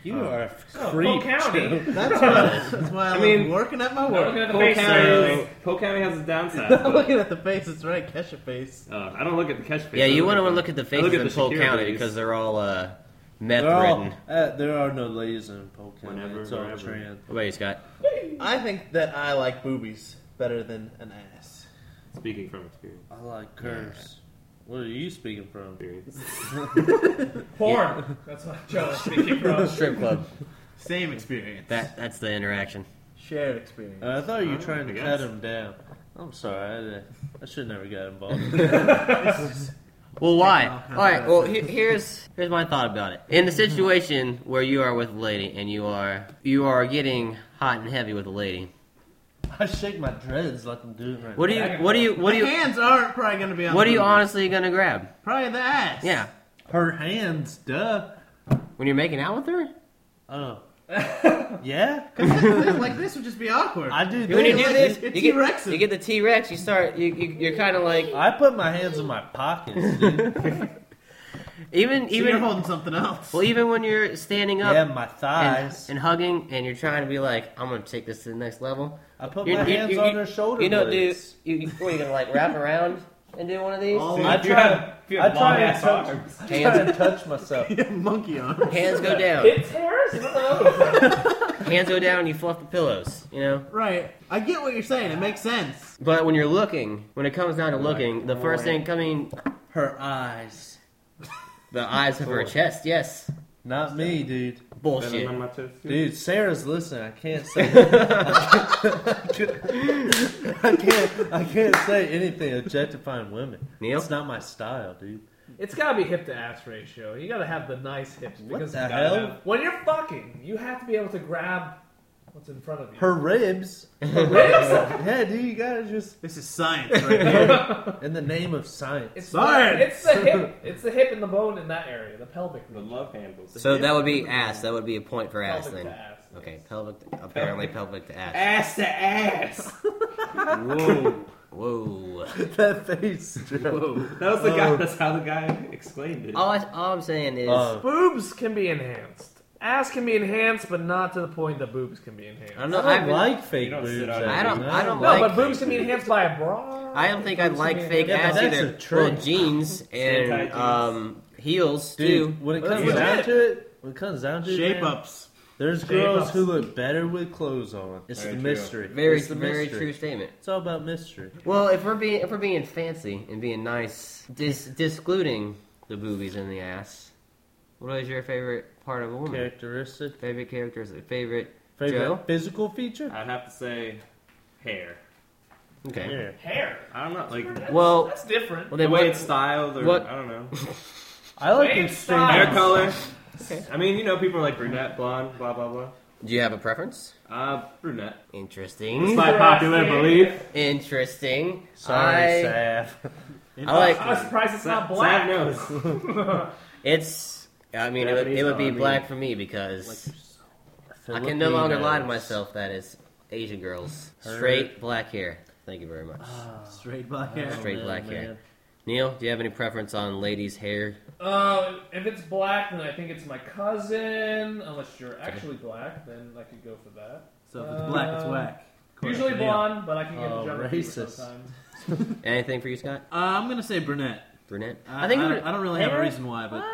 Speaker 2: You are a
Speaker 6: Full
Speaker 2: creep.
Speaker 6: County.
Speaker 2: That's why. That's why I,
Speaker 4: I
Speaker 2: love
Speaker 4: mean-
Speaker 2: working at my
Speaker 6: Looking
Speaker 2: work.
Speaker 6: at the
Speaker 4: Polk
Speaker 6: face
Speaker 4: County,
Speaker 6: size.
Speaker 4: Polk County has a downside.
Speaker 2: I'm
Speaker 4: but,
Speaker 2: looking at the face. That's right. Catch a face.
Speaker 4: uh, I don't look at the catch face.
Speaker 3: Yeah,
Speaker 4: I
Speaker 3: you want to
Speaker 4: the-
Speaker 3: look at the
Speaker 4: I
Speaker 3: faces
Speaker 4: look at
Speaker 3: in
Speaker 4: the
Speaker 3: Polk
Speaker 4: Shakira
Speaker 3: County
Speaker 4: ladies.
Speaker 3: because they're all uh, meth
Speaker 2: They're all-
Speaker 3: ridden.
Speaker 2: uh, there are no ladies in Polk County.
Speaker 4: Whenever,
Speaker 2: it's all
Speaker 4: wherever.
Speaker 2: trans.
Speaker 3: What about you, Scott?
Speaker 2: I think that I like boobies better than an ass.
Speaker 4: Speaking from experience.
Speaker 2: I like curves. What are you speaking from?
Speaker 4: Experience.
Speaker 6: Porn. That's what Joe was speaking from.
Speaker 3: Strip club.
Speaker 1: Same experience.
Speaker 3: That that's the interaction.
Speaker 1: Shared experience.
Speaker 2: Uh, I thought you were
Speaker 4: Oh,
Speaker 2: trying
Speaker 4: I
Speaker 2: to
Speaker 4: guess.
Speaker 2: cut him down. I'm sorry. I, I should never got involved.
Speaker 3: Well, why? All right. Well, he- here's here's my thought about it. In the situation where you are with a lady and you are you are getting hot and heavy with a lady,
Speaker 2: I shake my dreads like I'm doing right
Speaker 3: what do
Speaker 2: now.
Speaker 3: you what do you what do
Speaker 1: My
Speaker 3: you
Speaker 1: hands aren't probably going to be on
Speaker 3: what
Speaker 1: the
Speaker 3: are you
Speaker 1: boobies.
Speaker 3: honestly gonna grab?
Speaker 1: Probably the ass.
Speaker 3: Yeah,
Speaker 2: Her hands, duh.
Speaker 3: when you're making out with her.
Speaker 2: Oh. yeah?
Speaker 1: like this would just be awkward.
Speaker 2: I do
Speaker 3: When you
Speaker 2: this.
Speaker 3: do this,
Speaker 1: It's
Speaker 3: you get,
Speaker 1: T-Rex.
Speaker 3: you get the T Rex. You start. You, you you're kind of like
Speaker 2: I put my hands in my pockets, dude.
Speaker 3: even
Speaker 1: Even you're
Speaker 3: even
Speaker 1: holding something else.
Speaker 3: well even when you're standing up
Speaker 2: yeah, my
Speaker 3: and,
Speaker 2: thighs.
Speaker 3: and hugging and you're trying to be like I'm gonna take this to the next level.
Speaker 2: I put
Speaker 3: You-
Speaker 2: my
Speaker 3: you-
Speaker 2: hands
Speaker 3: you-
Speaker 2: on
Speaker 3: you-
Speaker 2: her shoulder
Speaker 3: You don't do.
Speaker 2: blades.
Speaker 3: You, you, what, are you gonna like wrap around and do one of these?
Speaker 2: I
Speaker 4: If you
Speaker 2: try-
Speaker 4: have- if you have
Speaker 2: I try
Speaker 4: long
Speaker 2: and
Speaker 4: ass
Speaker 2: touch-
Speaker 4: arms.
Speaker 2: I try to touch myself.
Speaker 1: monkey on.
Speaker 3: Hands go down.
Speaker 6: It tears. What are those?
Speaker 3: Hands go down, you fluff the pillows, you know?
Speaker 1: Right. I get what you're saying. It makes sense.
Speaker 3: But when you're looking, when it comes down to looking, the first thing coming,
Speaker 2: Her eyes.
Speaker 3: the eyes of her chest, yes.
Speaker 2: Not me, dude.
Speaker 4: Better
Speaker 3: Bullshit.
Speaker 4: than my tits.
Speaker 2: Dude, Sarah's listening. I can't say. I can't. I can't say anything objectifying women.
Speaker 3: Neil?
Speaker 2: It's not my style, dude.
Speaker 6: It's gotta be hip to ass ratio. You gotta have the nice hips
Speaker 2: What
Speaker 6: because
Speaker 2: the
Speaker 6: you gotta
Speaker 2: hell?
Speaker 6: have- when you're fucking, you have to be able to grab what's in front of you.
Speaker 2: Her ribs.
Speaker 6: ribs.
Speaker 2: Yeah, dude. You gotta just
Speaker 1: This is science right here.
Speaker 2: in the name of science.
Speaker 6: It's
Speaker 1: Science.
Speaker 6: The, it's the hip. It's the hip and the bone in that area, the pelvic.
Speaker 4: The love handles.
Speaker 3: So that would be ass. That would be a point for ass
Speaker 6: pelvic
Speaker 3: then.
Speaker 6: to ass.
Speaker 3: Okay, pelvic, apparently pelvic to ass.
Speaker 4: ass to ass. Whoa.
Speaker 3: Whoa.
Speaker 2: that face. Joe.
Speaker 4: That was the guy.
Speaker 3: Oh.
Speaker 4: That's how the guy exclaimed it.
Speaker 3: All, I, all I'm saying is,
Speaker 2: Uh,
Speaker 6: Boobs can be enhanced. Ass can be enhanced, but not to the point that boobs can be enhanced.
Speaker 3: I don't
Speaker 2: I
Speaker 3: know,
Speaker 2: don't
Speaker 3: I've been,
Speaker 2: like fake
Speaker 4: You don't
Speaker 2: boobs.
Speaker 4: sit on it.
Speaker 2: I
Speaker 3: I don't-
Speaker 2: think.
Speaker 3: I don't
Speaker 6: No,
Speaker 3: like-
Speaker 6: but boobs can be enhanced by a bra.
Speaker 3: I don't think I'd
Speaker 6: Boobs
Speaker 3: like
Speaker 6: can be
Speaker 3: fake
Speaker 6: enhanced-
Speaker 2: but
Speaker 3: ass
Speaker 2: that's a
Speaker 3: either. Well,
Speaker 2: trick.
Speaker 3: jeans
Speaker 4: tight
Speaker 3: and
Speaker 4: jeans.
Speaker 3: um, heels too.
Speaker 2: Dude, when it
Speaker 6: Well,
Speaker 2: comes
Speaker 6: that's
Speaker 2: down
Speaker 6: legit.
Speaker 2: to it, when it comes down to it,
Speaker 1: Shape
Speaker 2: man,
Speaker 1: ups.
Speaker 2: There's
Speaker 6: Shape
Speaker 2: girls
Speaker 6: ups.
Speaker 2: who look better with clothes on. It's
Speaker 4: Very
Speaker 2: the
Speaker 4: true.
Speaker 2: mystery.
Speaker 3: Very,
Speaker 2: it's the
Speaker 3: very
Speaker 2: mystery.
Speaker 3: true statement.
Speaker 2: It's all about mystery.
Speaker 3: Well, if we're being if we're being fancy and being nice, dis discluding the boobies and the ass. What is your favorite part of a woman?
Speaker 2: Characteristic,
Speaker 3: Favorite characters, favorite.
Speaker 2: favorite
Speaker 3: Joe?
Speaker 2: physical feature.
Speaker 4: I'd have to say hair.
Speaker 3: Okay.
Speaker 2: Yeah.
Speaker 6: Hair.
Speaker 4: I don't know, like
Speaker 3: Well,
Speaker 6: That's different.
Speaker 3: well
Speaker 4: the
Speaker 3: then
Speaker 4: way
Speaker 3: what,
Speaker 4: it's styled, or
Speaker 3: what-
Speaker 4: I don't know,
Speaker 2: I like
Speaker 6: Wait,
Speaker 2: extreme.
Speaker 6: stop.
Speaker 4: hair
Speaker 2: Hair color.
Speaker 4: color. I mean, you know, people are like brunette, blonde, blah blah blah.
Speaker 3: do you have a preference?
Speaker 4: Uh, brunette. It's
Speaker 3: Interesting.
Speaker 4: by popular belief.
Speaker 3: Interesting.
Speaker 2: Sorry,
Speaker 3: I,
Speaker 2: Saf.
Speaker 3: I like
Speaker 6: I'm surprised it's not
Speaker 4: Zach
Speaker 6: black.
Speaker 4: knows.
Speaker 3: it's. I mean, it would, it would be
Speaker 4: Japanese, uh,
Speaker 3: black for me because I can no longer lie to myself. That is Asian girls, straight black hair. Thank you very much.
Speaker 2: Ah.
Speaker 1: Straight black hair.
Speaker 3: Straight black hair. Neil, do you have any preference on ladies' hair?
Speaker 6: Uh, if it's black, then I think it's my cousin. Unless you're actually black, then I could go for that.
Speaker 1: So if it's black, it's
Speaker 6: Uh,
Speaker 1: whack.
Speaker 6: Usually blonde, but I can get
Speaker 2: Oh,
Speaker 6: the jungle
Speaker 2: racist.
Speaker 6: racist. sometimes.
Speaker 3: Anything for you, Scott?
Speaker 1: Uh, I'm going to say brunette.
Speaker 3: Brunette.
Speaker 1: I, think I,
Speaker 3: I'm-
Speaker 1: don't, I don't really have a
Speaker 3: hair?
Speaker 1: reason why, but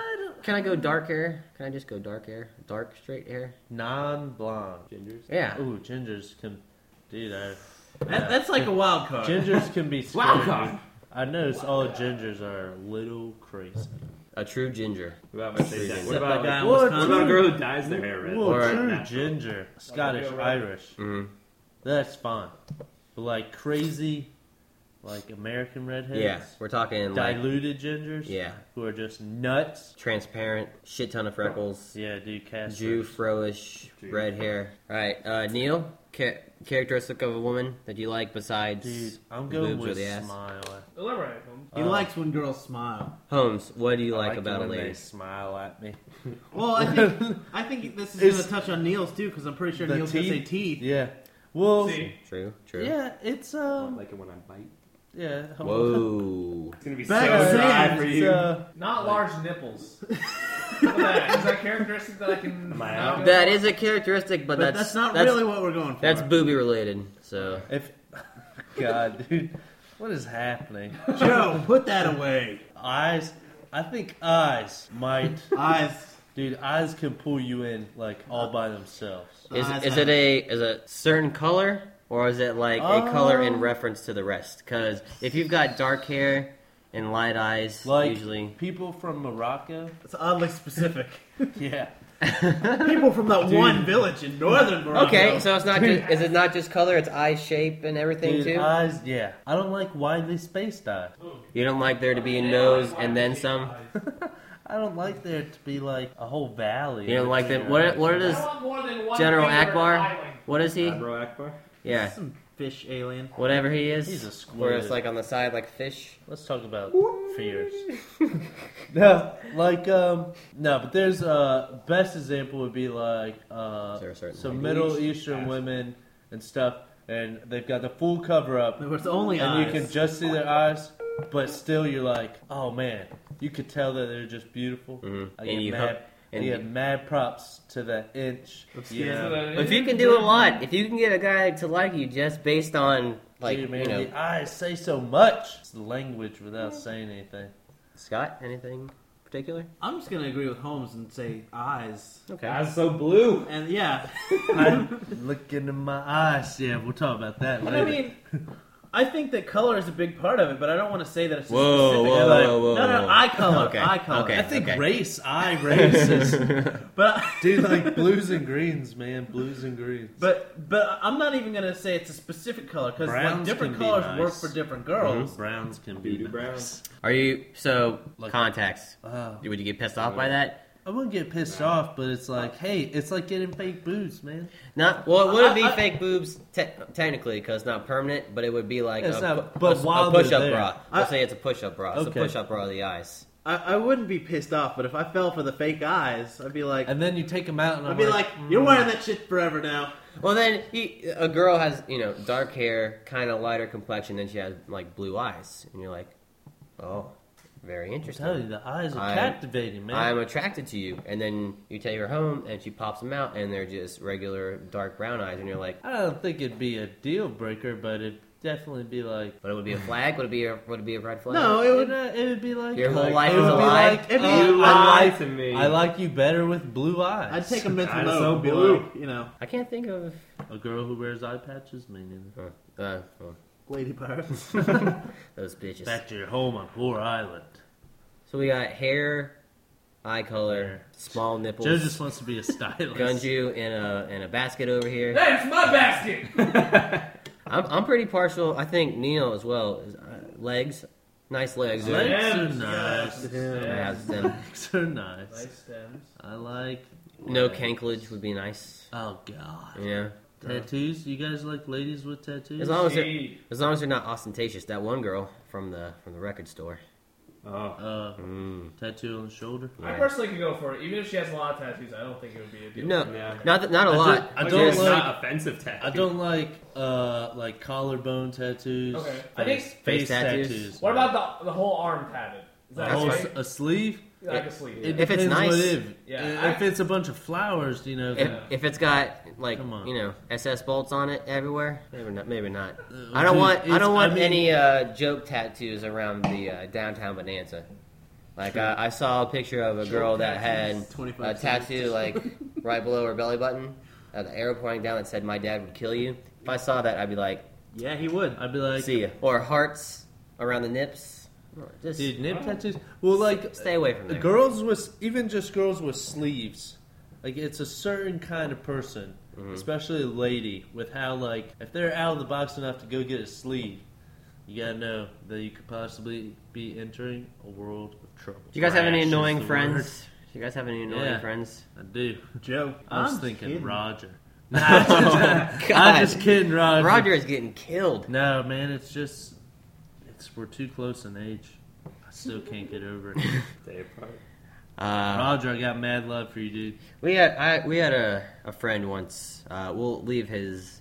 Speaker 3: Can I go dark hair? Can I just go dark hair? Dark straight hair?
Speaker 2: Non-blonde gingers.
Speaker 3: Yeah.
Speaker 2: Ooh, gingers can, dude. I,
Speaker 1: that, that's like a wild card.
Speaker 2: gingers can be. Wow, God. I notice all gingers are a little crazy.
Speaker 3: A true ginger.
Speaker 4: What about, my say that? What
Speaker 1: Except
Speaker 4: about,
Speaker 1: that
Speaker 4: like,
Speaker 1: guy in
Speaker 2: what?
Speaker 4: what
Speaker 1: Wisconsin.
Speaker 4: about a girl who dyes their hair red?
Speaker 2: Well,
Speaker 3: Or-
Speaker 2: true ginger, Scottish,
Speaker 6: Like
Speaker 3: Mm-hmm.
Speaker 6: a real red.
Speaker 2: Irish.
Speaker 3: Mhm.
Speaker 2: That's fine. But like crazy, like American redheads.
Speaker 3: Yeah, we're talking like
Speaker 2: Diluted gingers.
Speaker 3: yeah,
Speaker 2: Who are just nuts.
Speaker 3: transparent, shit ton of freckles,
Speaker 2: Yeah, dude, cast.
Speaker 3: Jew, froish, red hair. All right, uh, Neil, ca- characteristic of a woman that you like besides
Speaker 2: Dude, I'm
Speaker 3: the
Speaker 2: going
Speaker 3: boobs or
Speaker 2: with
Speaker 3: the ass.
Speaker 2: smile.
Speaker 6: Elaborate. Holmes.
Speaker 1: He
Speaker 3: Uh,
Speaker 1: likes when girls smile.
Speaker 3: Holmes, what do you
Speaker 2: I
Speaker 3: like,
Speaker 2: it
Speaker 3: about a
Speaker 2: when
Speaker 3: lady?
Speaker 2: They smile at me.
Speaker 1: Well, I think I think this is going
Speaker 2: It's-
Speaker 1: to touch on Neil's too because I'm pretty sure
Speaker 2: The
Speaker 1: Neil's going to say
Speaker 2: teeth?
Speaker 1: teeth.
Speaker 2: Yeah. Well.
Speaker 6: See,
Speaker 3: True, true.
Speaker 2: Yeah, it's um.
Speaker 4: like it when I bite.
Speaker 2: Yeah.
Speaker 3: Whoa.
Speaker 4: It's gonna be
Speaker 1: Back
Speaker 4: so
Speaker 1: then,
Speaker 4: dry for
Speaker 2: it's,
Speaker 4: you.
Speaker 2: uh,
Speaker 6: not large nipples. Look at that. Is that characteristic that I can?
Speaker 4: I
Speaker 6: not go
Speaker 3: That
Speaker 6: for?
Speaker 3: is a characteristic, but,
Speaker 1: But that's, not really what we're going for.
Speaker 3: That's booby related. So
Speaker 2: if God, dude, what is happening?
Speaker 1: Joe. Put that away.
Speaker 2: Eyes. I think eyes might.
Speaker 1: Eyes.
Speaker 2: Dude, eyes can pull you in like all by themselves.
Speaker 3: is,
Speaker 1: Eyes
Speaker 3: is it
Speaker 1: have-
Speaker 3: a is a certain color or is it like a color in
Speaker 2: Um,
Speaker 3: reference to the rest? Because if you've got dark hair and light eyes,
Speaker 2: Like
Speaker 3: usually
Speaker 2: people from Morocco.
Speaker 1: It's oddly specific.
Speaker 2: Yeah.
Speaker 1: People from that one village in northern Morocco.
Speaker 3: okay. So it's not just, is it not just color? It's eye shape and everything
Speaker 2: Dude,
Speaker 3: too.
Speaker 2: eyes. Yeah. I don't like widely spaced eyes.
Speaker 3: you don't like there to be a nose and then some.
Speaker 2: I don't like there to be like a whole valley.
Speaker 3: You don't like
Speaker 2: between
Speaker 3: them.
Speaker 2: your
Speaker 3: What
Speaker 2: eyes.
Speaker 3: what
Speaker 6: I
Speaker 3: is
Speaker 6: want more than one
Speaker 3: General
Speaker 6: finger
Speaker 3: Akbar?
Speaker 6: filing.
Speaker 3: What is he?
Speaker 4: Admiral Akbar.
Speaker 3: Yeah,
Speaker 1: Some fish alien.
Speaker 3: whatever he is.
Speaker 2: He's a
Speaker 3: Where it's
Speaker 2: squid.
Speaker 3: like on the side like fish.
Speaker 2: Let's talk about fears. no, like um, no, but there's uh, best example would be like uh,
Speaker 3: Is there a certain
Speaker 2: some
Speaker 3: language?
Speaker 2: Middle Eastern women and stuff, and they've got the full cover up,
Speaker 1: It was only
Speaker 2: and
Speaker 1: eyes.
Speaker 2: you can just see their eyes, but still you're like, oh man, you could tell that they're just beautiful.
Speaker 3: Mhm.
Speaker 2: I
Speaker 3: And
Speaker 2: get
Speaker 3: you
Speaker 2: mad.
Speaker 3: hope- and
Speaker 2: I
Speaker 3: you-
Speaker 2: get mad props to the inch.
Speaker 1: skin.
Speaker 2: Yeah.
Speaker 6: So that
Speaker 3: If
Speaker 6: it-
Speaker 3: you can do a lot, if you can get a guy to like you just based on like
Speaker 2: Dude, man,
Speaker 3: you know
Speaker 2: the eyes say so much. It's the language without saying anything.
Speaker 3: Scott, anything particular?
Speaker 1: I'm just gonna agree with Holmes and say eyes.
Speaker 3: Okay.
Speaker 4: Eyes so blue.
Speaker 1: And yeah,
Speaker 2: I'm looking in my eyes. Yeah, we'll talk about that
Speaker 1: but
Speaker 2: later.
Speaker 1: I mean, I think that color is a big part of it, but I don't want to say that it's just
Speaker 3: Whoa,
Speaker 1: specific.
Speaker 3: whoa,
Speaker 1: Like,
Speaker 3: whoa, whoa,
Speaker 1: no, no,
Speaker 3: whoa.
Speaker 1: eye color,
Speaker 3: Okay,
Speaker 1: eye color.
Speaker 3: okay.
Speaker 2: I think race, I race is
Speaker 1: But
Speaker 2: dude like blues and greens, man, blues and greens.
Speaker 1: but but I'm not even gonna say it's a specific color because like,
Speaker 2: Browns
Speaker 1: different
Speaker 2: can be
Speaker 1: colors
Speaker 2: nice.
Speaker 1: work for different girls.
Speaker 2: browns can be
Speaker 4: Doo-doo browns.
Speaker 3: Are you so
Speaker 2: Like-
Speaker 3: contacts?
Speaker 2: Oh,
Speaker 3: Would you get pissed off by that?
Speaker 2: I wouldn't get pissed off, but it's like, hey, it's like getting fake boots, man.
Speaker 3: Not well. It wouldn't be
Speaker 1: I- I-
Speaker 3: fake boobs te- technically because it's not permanent, but it would be like
Speaker 2: It's
Speaker 3: a,
Speaker 2: not-
Speaker 3: pu-
Speaker 2: but
Speaker 3: a,
Speaker 2: while they're
Speaker 3: push-up
Speaker 2: there.
Speaker 3: bra. We'll
Speaker 1: I-
Speaker 3: say it's a push-up bra. It's
Speaker 2: Okay.
Speaker 3: a push-up bra of the eyes.
Speaker 1: I, I wouldn't be pissed off, but if I fell for the fake eyes, I'd be like,
Speaker 2: And then you take them out, and
Speaker 1: I'd
Speaker 2: I'm "Mm,
Speaker 1: be like,
Speaker 3: Mm.
Speaker 1: you're wearing that shit forever now.
Speaker 3: Well, then he, a girl has you know dark hair, kind of lighter complexion, then she has like blue eyes, and you're like, oh, very
Speaker 2: I'm
Speaker 3: interesting.
Speaker 2: telling you, the eyes are
Speaker 3: I-
Speaker 2: captivating, man.
Speaker 3: I'm attracted to you, and then you take her home, and she pops them out, and they're just regular dark brown eyes, and you're like,
Speaker 2: I don't think it'd be a deal breaker, but it'd definitely be like.
Speaker 3: but it would be a flag. Would it be a would it be a red flag?
Speaker 1: No, it
Speaker 2: It
Speaker 1: would.
Speaker 2: would, it would be like
Speaker 3: Your whole
Speaker 2: like,
Speaker 3: life
Speaker 2: it
Speaker 3: is
Speaker 2: would
Speaker 3: a
Speaker 2: be
Speaker 3: lie?
Speaker 2: Like,
Speaker 1: It'd be
Speaker 2: uh,
Speaker 1: a
Speaker 4: You
Speaker 2: I
Speaker 4: lie
Speaker 2: like
Speaker 4: to me.
Speaker 2: I like you better with blue eyes.
Speaker 1: I'd take a mental
Speaker 4: Eyes
Speaker 1: note.
Speaker 4: so
Speaker 1: and be
Speaker 4: blue.
Speaker 1: like, you know,
Speaker 3: I can't think of.
Speaker 2: a girl who wears eye patches, me neither.
Speaker 3: Uh, uh, well,
Speaker 1: lady bird.
Speaker 3: those bitches.
Speaker 2: Back to your home on Whore Island.
Speaker 3: So we got hair, eye color,
Speaker 2: Hair.
Speaker 3: small nipples,
Speaker 2: Joe just wants to be a stylist.
Speaker 3: gunju in a in a basket over here.
Speaker 6: That's my basket.
Speaker 3: I'm I'm pretty partial. I think Neil as well. Is, uh, legs, nice legs.
Speaker 2: Legs are
Speaker 6: Stems,
Speaker 2: nice.
Speaker 6: yes,
Speaker 3: Yeah,
Speaker 6: stems.
Speaker 3: it's them.
Speaker 2: Legs are nice.
Speaker 6: Nice stems.
Speaker 2: I like.
Speaker 3: No canklage would be nice.
Speaker 2: Oh god.
Speaker 3: Yeah.
Speaker 2: Tattoos? You guys like ladies with tattoos?
Speaker 3: As long as they're,
Speaker 6: Gee.
Speaker 3: as long as they're not ostentatious. That one girl from the from the record store.
Speaker 4: Oh,
Speaker 2: uh,
Speaker 3: Mm.
Speaker 2: tattoo on the shoulder.
Speaker 6: I personally could go for it, even if she has a lot of tattoos. I don't think it would be a deal.
Speaker 3: No,
Speaker 4: yeah.
Speaker 3: not that, not a
Speaker 2: I do-
Speaker 3: lot.
Speaker 2: I
Speaker 4: Like,
Speaker 2: don't
Speaker 4: it's
Speaker 3: Just-
Speaker 2: like-
Speaker 4: not offensive tattoo.
Speaker 2: I don't like uh like collarbone tattoos.
Speaker 6: Okay.
Speaker 2: Face,
Speaker 6: I think-
Speaker 2: face
Speaker 3: Face tattoos.
Speaker 2: tattoos.
Speaker 6: What about the, the whole arm padded? Is that
Speaker 2: a, whole,
Speaker 6: okay?
Speaker 2: s- a sleeve?
Speaker 6: like a sleeve?
Speaker 2: It
Speaker 3: If it's
Speaker 2: depends
Speaker 3: nice.
Speaker 2: what it is.
Speaker 6: Yeah.
Speaker 2: If it's a bunch of flowers, you know. uh,
Speaker 3: if,
Speaker 2: then-
Speaker 3: if it's got like
Speaker 2: Come on.
Speaker 3: you know SS bolts on it everywhere, maybe not. Maybe not.
Speaker 2: Uh,
Speaker 3: I don't
Speaker 2: dude,
Speaker 3: want I
Speaker 2: it's-
Speaker 3: don't want
Speaker 2: mean,
Speaker 3: any uh, joke tattoos around the uh, downtown Bonanza. Like uh, I saw a picture of a girl that had a
Speaker 1: 25
Speaker 3: tattoo like right below her belly button, uh, the arrow pointing down that said "My dad would kill you." If I saw that, I'd be like,
Speaker 1: Yeah, he would.
Speaker 2: I'd be like,
Speaker 3: "See ya." Or hearts around the nips. Just
Speaker 2: dude, nip tattoos. Well, like
Speaker 3: stay away from there.
Speaker 2: girls with even just girls with sleeves like it's a certain kind of person especially a lady with how like if they're out of the box enough to go get a sleeve you gotta know that you could possibly be entering a world of trouble.
Speaker 3: Do you guys have any
Speaker 2: Trash is
Speaker 3: annoying
Speaker 2: the word.
Speaker 3: friends? Do you guys have any annoying
Speaker 2: Yeah.
Speaker 3: friends?
Speaker 2: I do.
Speaker 1: Joe.
Speaker 2: I was
Speaker 1: I'm
Speaker 2: thinking
Speaker 1: kidding.
Speaker 2: Roger. Nah, I'm just- I'm just kidding, Roger.
Speaker 3: Oh, Roger is getting killed.
Speaker 2: No, man, it's just it's we're too close in age. I still can't get over it.
Speaker 4: Day apart.
Speaker 3: Uh,
Speaker 2: Roger, I got mad love for you, dude.
Speaker 3: we had I, we had a, a friend once. Uh, we'll leave his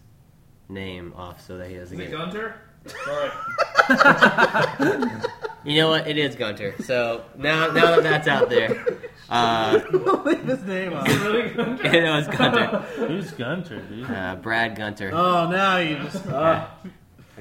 Speaker 3: name off so that he doesn't
Speaker 6: Is it
Speaker 3: get.
Speaker 6: Gunter? Sorry.
Speaker 3: You know what? It is Gunter. So now now that that's out there, uh,
Speaker 1: Leave his name
Speaker 6: Is it
Speaker 1: off.
Speaker 6: really Gunter?
Speaker 3: it was Gunter.
Speaker 2: Who's Gunter, dude?
Speaker 3: Uh, Brad Gunter.
Speaker 1: Oh, now you just. Uh,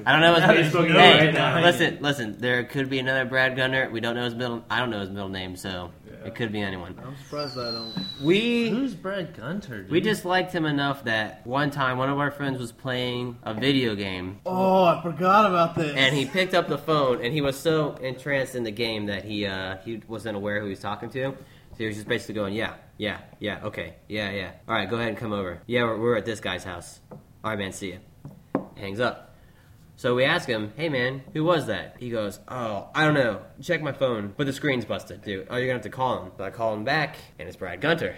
Speaker 3: I don't know
Speaker 1: Now
Speaker 3: his
Speaker 1: he's
Speaker 3: middle
Speaker 1: spoken
Speaker 3: name.
Speaker 1: over
Speaker 3: Hey,
Speaker 1: right now.
Speaker 3: listen, listen. There could be another Brad Gunner. We don't know his middle. I don't know his middle name, so it could be anyone.
Speaker 1: I'm surprised I don't.
Speaker 3: We
Speaker 2: Who's Brad Gunter, dude?
Speaker 3: we disliked him enough that one time one of our friends was playing a video game
Speaker 1: Oh, I forgot about this.
Speaker 3: and he picked up the phone and he was so entranced in the game that he uh, he wasn't aware who he was talking to. So he was just basically going, yeah, yeah, yeah, okay, yeah, yeah. All right, go ahead and come over. Yeah, we're, we're at this guy's house. All right, man, see ya. Hangs up. So we ask him, hey man, who was that? He goes, oh, I don't know. Check my phone, but the screen's busted, dude. Oh, you're gonna have to call him. So I call him back, and it's Brad Gunter.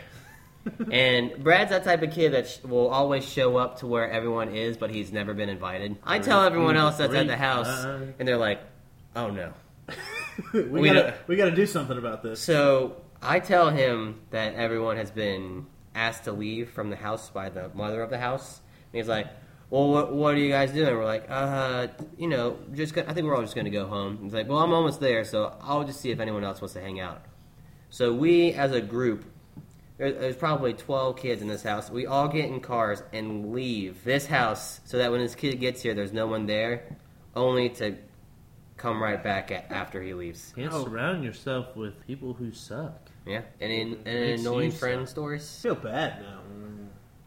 Speaker 3: And Brad's that type of kid that sh- will always show up to where everyone is, but he's never been invited. I tell everyone else that's at the house, and they're like, "Oh no."
Speaker 1: Uh-huh. we,
Speaker 3: we
Speaker 1: gotta
Speaker 3: don't-
Speaker 1: we gotta do something about this.
Speaker 3: So I tell him that everyone has been asked to leave from the house by the mother of the house, and he's like, "Well, what, what are you guys doing?" We're like, "Uh, you know, just gonna, I think we're all just gonna go home." He's like, "Well, I'm almost there, so I'll just see if anyone else wants to hang out." So we, as a group, there- there's probably 12 kids in this house. We all get in cars and leave this house so that when this kid gets here, there's no one there, only to come right back a after he leaves.
Speaker 2: Can't
Speaker 4: Oh.
Speaker 2: surround yourself with people who suck.
Speaker 3: Yeah. And in, and
Speaker 2: Makes
Speaker 3: annoying
Speaker 2: sense.
Speaker 3: friend
Speaker 1: I
Speaker 3: stories.
Speaker 1: feel bad now.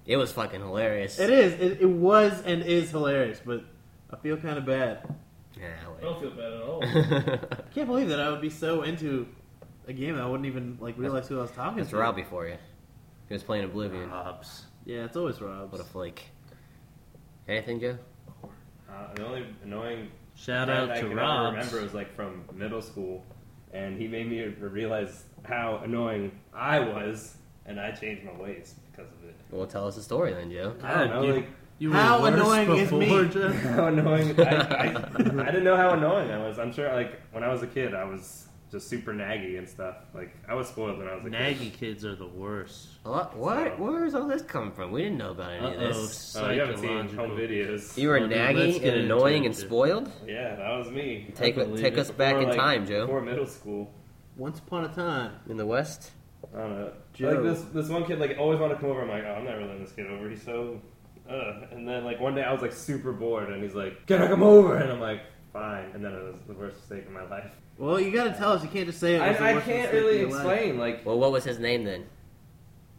Speaker 3: It was fucking hilarious.
Speaker 1: It is. It, it was and is hilarious, but I feel kind of bad.
Speaker 3: Yeah,
Speaker 6: I
Speaker 3: wait.
Speaker 6: don't feel bad at all.
Speaker 1: I can't believe that I would be so into a game that I wouldn't even like realize who I was talking
Speaker 3: That's
Speaker 1: to.
Speaker 3: Robbie for you. He was playing Oblivion.
Speaker 2: Hobbs.
Speaker 1: Yeah, it's always Rob.
Speaker 3: What a flake. Anything, Joe?
Speaker 4: Uh, the only annoying
Speaker 2: Shout out
Speaker 4: friend
Speaker 2: to
Speaker 4: I can ever
Speaker 2: Rob.
Speaker 4: remember was like from middle school, and he made me realize how annoying I was, and I changed my ways because of it.
Speaker 3: Well, tell us the story then, Joe.
Speaker 4: I don't know,
Speaker 2: you,
Speaker 4: like
Speaker 2: you
Speaker 1: How
Speaker 2: were worse
Speaker 1: annoying is me?
Speaker 2: before, Jeff.
Speaker 4: how annoying. I, I, I didn't know how annoying I was. I'm sure, like when I was a kid, I was just super naggy and stuff. Like I was spoiled when I was a
Speaker 2: Naggy
Speaker 4: kid.
Speaker 2: kids are the worst.
Speaker 3: What? what? Where's all this coming from? We didn't know about any of
Speaker 2: Uh-oh.
Speaker 3: this.
Speaker 4: Oh, you haven't seen
Speaker 2: Psychological.
Speaker 4: home videos.
Speaker 3: You were
Speaker 2: Well, dude,
Speaker 3: naggy
Speaker 2: let's
Speaker 3: and
Speaker 2: get into
Speaker 3: annoying
Speaker 2: it,
Speaker 3: and
Speaker 2: Joe.
Speaker 3: spoiled?
Speaker 4: Yeah, that was me.
Speaker 3: Take,
Speaker 2: believe
Speaker 3: take
Speaker 2: it.
Speaker 3: us back
Speaker 4: Before,
Speaker 3: in
Speaker 4: like,
Speaker 3: time, Joe.
Speaker 4: Before middle school.
Speaker 1: Once upon a time.
Speaker 3: In the West?
Speaker 4: I don't know.
Speaker 1: Joe.
Speaker 4: Like this, this one kid like always wanted to come over. I'm like, oh, I'm never letting this kid over. He's so, uh. And then like one day I was like super bored, and he's like, can I come over? And I'm like, fine. And then it was the worst mistake of my life.
Speaker 1: Well, you gotta tell us. You can't just say it. was the
Speaker 4: I, I
Speaker 1: worst
Speaker 4: can't
Speaker 1: mistake
Speaker 4: really
Speaker 1: of your life.
Speaker 4: explain. Like
Speaker 3: Well, what was his name then?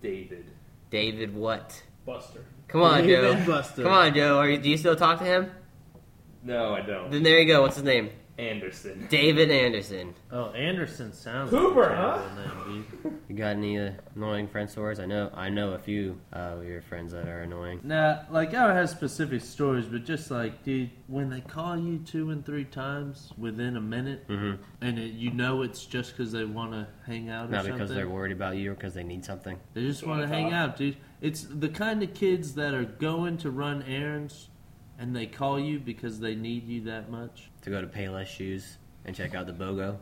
Speaker 4: David.
Speaker 3: David what?
Speaker 6: Buster.
Speaker 3: Come on,
Speaker 1: David
Speaker 3: Joe.
Speaker 1: Buster.
Speaker 3: Come on, Joe. Are you, do you still talk to him?
Speaker 4: No, I don't.
Speaker 3: Then there you go. What's his name?
Speaker 4: Anderson.
Speaker 3: David Anderson.
Speaker 2: Oh, Anderson sounds
Speaker 6: Cooper,
Speaker 2: like
Speaker 6: huh?
Speaker 2: a terrible name, dude.
Speaker 3: You got any uh, annoying friend stories? I know, I know a few uh, of your friends that are annoying.
Speaker 2: Nah, like I don't have specific stories, but just like, dude, when they call you two and three times within a minute,
Speaker 3: Mhm.
Speaker 2: and it, you know it's just because they want to hang out, or
Speaker 3: Not
Speaker 2: something.
Speaker 3: because they're worried about you or because they need something.
Speaker 2: They just want to hang out, dude. It's the kind of kids that are going to run errands, and they call you because they need you that much.
Speaker 3: To go to Payless Shoes and check out the BOGO,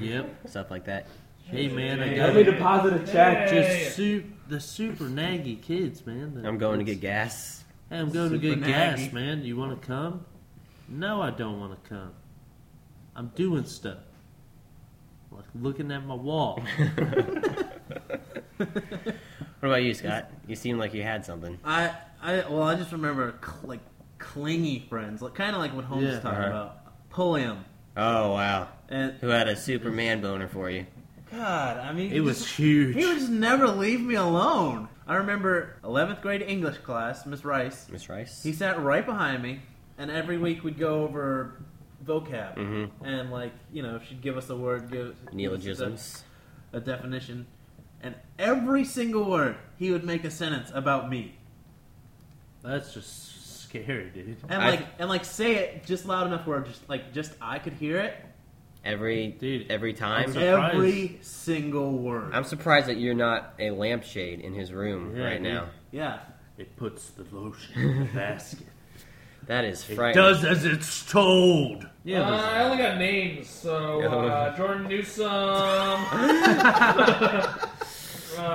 Speaker 2: Yep.
Speaker 3: stuff like that.
Speaker 2: hey man, I
Speaker 4: Let me
Speaker 2: got
Speaker 4: deposit a check.
Speaker 6: Hey.
Speaker 2: just su- the super naggy kids, man. The-
Speaker 3: I'm going to get gas.
Speaker 2: Hey, I'm going to
Speaker 1: Super
Speaker 2: get
Speaker 1: naggy.
Speaker 2: gas, man. You want to come? No, I don't want to come. I'm doing stuff. Like looking at my wall.
Speaker 3: What about you, Scott? You seem like you had something.
Speaker 1: I, I, well, I just remember cl- like clingy friends, like kind of like what Holmes
Speaker 2: Yeah.
Speaker 1: was talking
Speaker 3: Uh-huh.
Speaker 1: about. Pull him,
Speaker 3: Oh wow!
Speaker 1: and
Speaker 3: Who had a Superman boner for you?
Speaker 1: God, I mean,
Speaker 2: It was
Speaker 1: just-
Speaker 2: huge.
Speaker 1: He would just never leave me alone. I remember 11th grade English class, Miss Rice.
Speaker 3: Miss Rice.
Speaker 1: He sat right behind me, and every week we'd go over vocab
Speaker 3: Mhm.
Speaker 1: and like you know she'd give us a word, give give us a
Speaker 3: Neologisms.
Speaker 1: a definition, and every single word he would make a sentence about me.
Speaker 2: That's just scary, dude.
Speaker 1: And
Speaker 3: I-
Speaker 1: like, and like, say it just loud enough where just like, just I could hear it
Speaker 3: Every
Speaker 2: Dude,
Speaker 3: every time.
Speaker 2: I'm surprised.
Speaker 1: every single word.
Speaker 3: I'm surprised that you're not a lampshade in his room
Speaker 2: Yeah,
Speaker 3: right
Speaker 2: dude.
Speaker 3: now.
Speaker 1: yeah,
Speaker 2: It puts the lotion in the basket.
Speaker 3: That is
Speaker 2: It
Speaker 3: frightening.
Speaker 2: does as it's told.
Speaker 6: Uh, I only got names, so uh, Jordan Newsom. Uh,
Speaker 3: Oh
Speaker 6: uh,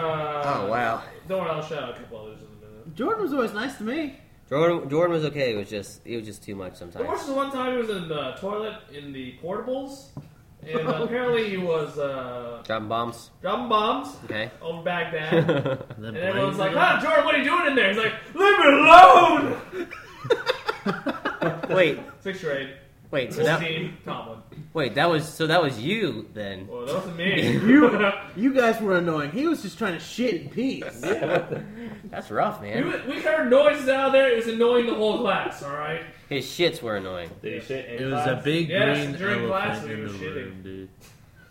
Speaker 3: wow.
Speaker 6: Don't worry, I'll shout out a couple others in a minute.
Speaker 1: Jordan was always nice to me.
Speaker 3: Jordan Jordan was okay. It was just it was just too much
Speaker 6: There was
Speaker 3: sometimes.
Speaker 6: this one time he was in the toilet in the portables, and apparently he was uh,
Speaker 3: Dropping bombs.
Speaker 6: dropping bombs
Speaker 3: Okay.
Speaker 6: over Baghdad.
Speaker 2: And then
Speaker 6: And everyone's like,
Speaker 2: blame
Speaker 6: ah, Jordan, what are you doing in there? He's like, leave me alone!
Speaker 3: wait,
Speaker 6: Sixth grade,
Speaker 3: wait. So that
Speaker 6: 16, Tomlin.
Speaker 3: wait that was so that was you then.
Speaker 6: Well, that wasn't me.
Speaker 1: You- You guys were annoying. He was just trying to shit in peace.
Speaker 3: That's rough,
Speaker 6: we,
Speaker 3: man.
Speaker 6: we heard noises out there. It was annoying the whole class, alright?
Speaker 3: His shits were annoying.
Speaker 7: Did he shit in
Speaker 2: It was a
Speaker 7: class?
Speaker 2: big
Speaker 6: Yes,
Speaker 2: green
Speaker 6: during class
Speaker 2: elephant
Speaker 6: we
Speaker 2: in
Speaker 6: were
Speaker 2: the
Speaker 6: shitting.
Speaker 2: room, dude.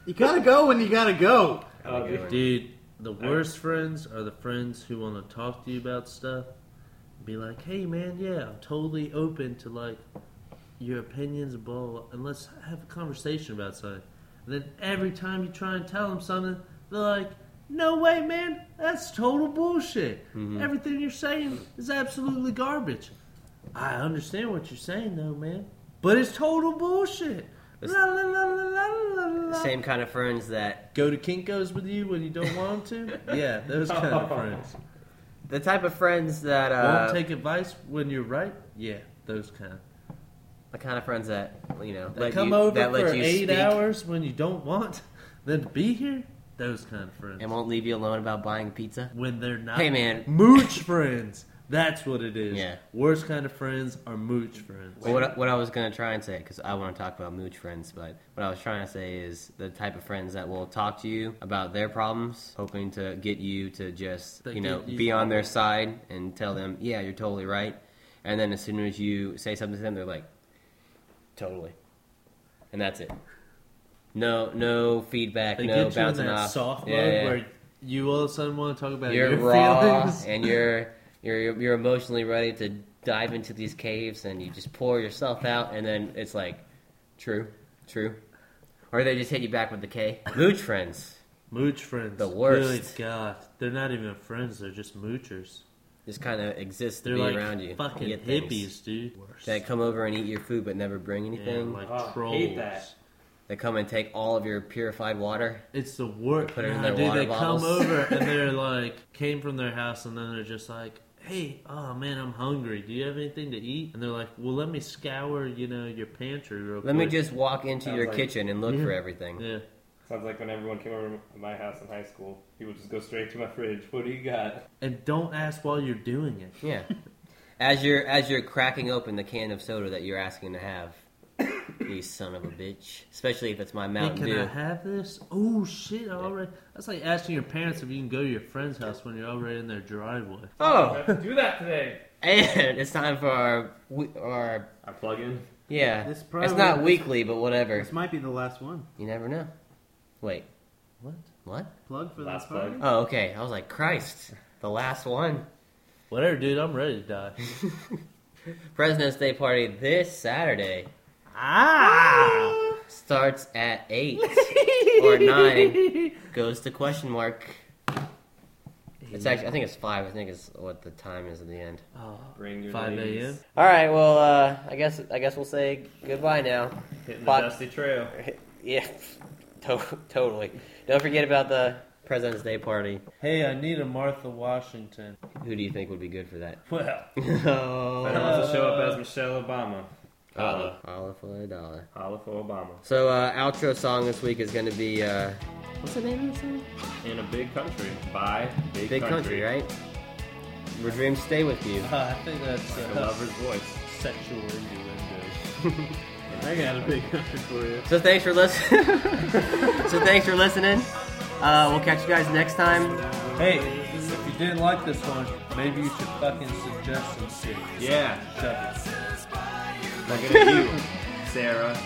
Speaker 1: You gotta go when you gotta go.
Speaker 7: Oh, dude.
Speaker 2: Dude, the worst friends are the friends who want to talk to you about stuff. Be like, hey man, yeah, I'm totally open to like your opinions, blah, blah, blah, and let's have a conversation about something. And then every time you try and tell them something, they're like, no way, man, that's total bullshit. Everything you're saying is absolutely garbage. I understand what you're saying though, man, but it's total bullshit.
Speaker 3: It's-
Speaker 2: La, la, la, la, la, la, la
Speaker 3: Same kind of friends that
Speaker 2: go to Kinko's with you when you don't want them to. Yeah, those kind of friends.
Speaker 3: the type of friends that
Speaker 2: Won't
Speaker 3: uh,
Speaker 2: take advice when you're right. Yeah, those kind.
Speaker 3: the kind of friends that you know
Speaker 2: That
Speaker 3: let
Speaker 2: come
Speaker 3: you,
Speaker 2: over
Speaker 3: that let
Speaker 2: for
Speaker 3: you
Speaker 2: eight
Speaker 3: speak
Speaker 2: hours when you don't want them to be here. Those kind of friends.
Speaker 3: and won't leave you alone about buying pizza.
Speaker 2: when they're not.
Speaker 3: Hey, man.
Speaker 2: mooch friends. That's what it is.
Speaker 3: Yeah.
Speaker 2: Worst kind of friends are mooch friends.
Speaker 3: Well, what, I- what I was gonna try and say, because I want to talk about mooch friends, but what I was trying to say is the type of friends that will talk to you about their problems, hoping to get you to just
Speaker 2: They
Speaker 3: you know
Speaker 2: get you-
Speaker 3: be on their side and tell them, yeah, you're totally right, and then as soon as you say something to them, they're like, totally, and that's it. No, no feedback,
Speaker 2: They
Speaker 3: no
Speaker 2: get you in
Speaker 3: bouncing
Speaker 2: that
Speaker 3: off.
Speaker 2: soft
Speaker 3: Yeah,
Speaker 2: mode
Speaker 3: yeah.
Speaker 2: where you all of a sudden want to talk about
Speaker 3: you're
Speaker 2: your
Speaker 3: raw
Speaker 2: feelings.
Speaker 3: and you're you're you're emotionally ready to dive into these caves and you just pour yourself out and then it's like true true or they just hit you back with the k mooch friends
Speaker 2: Mooch friends.
Speaker 3: The worst.
Speaker 2: Good God. They're not even friends. They're just moochers.
Speaker 3: just kind of exist to
Speaker 2: They're
Speaker 3: be
Speaker 2: like
Speaker 3: around you
Speaker 2: fucking
Speaker 3: You get
Speaker 2: hippies,
Speaker 3: things
Speaker 2: dude. Worse.
Speaker 3: that come over and eat your food but never bring
Speaker 2: Yeah,
Speaker 3: anything
Speaker 2: like
Speaker 7: Oh,
Speaker 2: trolls.
Speaker 7: hate that.
Speaker 3: they come and take all of your purified water
Speaker 2: It's the worst.
Speaker 3: Put it in
Speaker 2: Nah,
Speaker 3: their
Speaker 2: dude,
Speaker 3: water
Speaker 2: they
Speaker 3: bottles.
Speaker 2: come over and they're like came from their house and then they're just like, "Hey, oh man, I'm hungry. Do you have anything to eat?" And they're like, "Well, let me scour, you know, your pantry real
Speaker 3: let me
Speaker 2: quick."
Speaker 3: just walk into
Speaker 7: Sounds
Speaker 3: your
Speaker 7: like-
Speaker 3: kitchen and look for
Speaker 2: Yeah.
Speaker 3: everything
Speaker 2: Yeah.
Speaker 7: Sounds like when everyone came over to my house in high school, he would just go straight to my fridge. What do you got?
Speaker 2: And don't ask while you're doing it.
Speaker 3: yeah as you're as you're cracking open the can of soda that you're asking to have you son of a bitch especially if it's my
Speaker 2: Hey,
Speaker 3: mountain
Speaker 2: can
Speaker 3: dew
Speaker 2: I have this? Oh shit! I already. That's like asking your parents if you can go to your friend's house when you're already in their driveway.
Speaker 6: I
Speaker 3: Oh,
Speaker 6: have to do that today.
Speaker 3: and it's time for our we- our
Speaker 7: I plug in.
Speaker 3: yeah.
Speaker 1: This
Speaker 3: it's
Speaker 1: probably-
Speaker 3: not weekly, but whatever.
Speaker 1: This might be the last one.
Speaker 3: You never know. Wait,
Speaker 2: What?
Speaker 3: what?
Speaker 1: Plug for
Speaker 7: Last
Speaker 1: the party.
Speaker 7: plug.
Speaker 3: Oh, okay. I was like, Christ, the last one.
Speaker 2: Whatever, dude. I'm ready to die.
Speaker 3: President's Day party this Saturday
Speaker 1: Ah!
Speaker 3: starts at eight or nine. Goes to question mark. It's actually, I think it's five. I think it's what the time is at the end.
Speaker 2: Oh,
Speaker 7: Bring your
Speaker 2: 5
Speaker 7: ladies.
Speaker 2: a.m.
Speaker 3: All right. Well, uh, I guess I guess we'll say goodbye now.
Speaker 7: Hitting
Speaker 3: Fuck.
Speaker 7: the dusty trail.
Speaker 3: Yeah, to- totally. Don't forget about the President's Day party.
Speaker 2: Hey, I need a Martha Washington.
Speaker 3: Who do you think would be good for that?
Speaker 7: Well, I
Speaker 3: oh,
Speaker 7: want to show up as Michelle Obama.
Speaker 3: Olive, Olive for a dollar.
Speaker 7: Holla for Obama.
Speaker 3: So, uh, outro song this week is going to be uh, what's the name of the song?
Speaker 7: In a big country. By big,
Speaker 3: Big Country, right? Where dreams stay with you.
Speaker 2: Uh, I think that's
Speaker 7: The
Speaker 2: uh,
Speaker 7: lover's voice.
Speaker 2: sexual innuendo.
Speaker 1: I got a big country for you.
Speaker 3: So thanks for listening. so thanks for listening. Uh, we'll catch you guys next time.
Speaker 2: Hey, if you didn't like this one, maybe you should fucking suggest some shit.
Speaker 7: Yeah.
Speaker 2: Shut it.
Speaker 7: Look at you, Sarah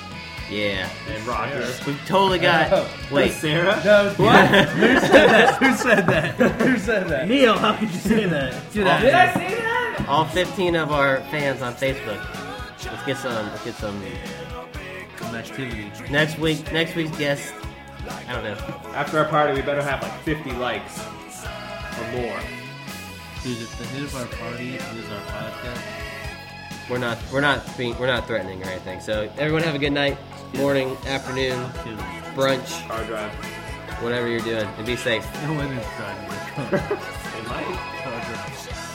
Speaker 3: Yeah,
Speaker 7: and Roger.
Speaker 3: we totally got. Wait,
Speaker 7: Sarah?
Speaker 2: No, what? Who said that? Who said that? Who said that?
Speaker 1: Neil, how could you say that?
Speaker 6: Did I say that?
Speaker 3: all 15 of our fans on Facebook. Let's get some. Let's get some.
Speaker 2: Some activity.
Speaker 3: Next week, next week's guest. I don't know.
Speaker 4: After our party, we better have like 50 likes or more.
Speaker 2: Dude, if the hit of our party is our podcast,
Speaker 3: We're not. We're not being. We're not threatening or anything. So everyone have a good night, morning, afternoon,
Speaker 2: dude,
Speaker 3: brunch,
Speaker 4: Car drive.
Speaker 3: whatever you're doing, and be safe.
Speaker 2: no one is driving their car.
Speaker 4: It might.
Speaker 2: Car drive.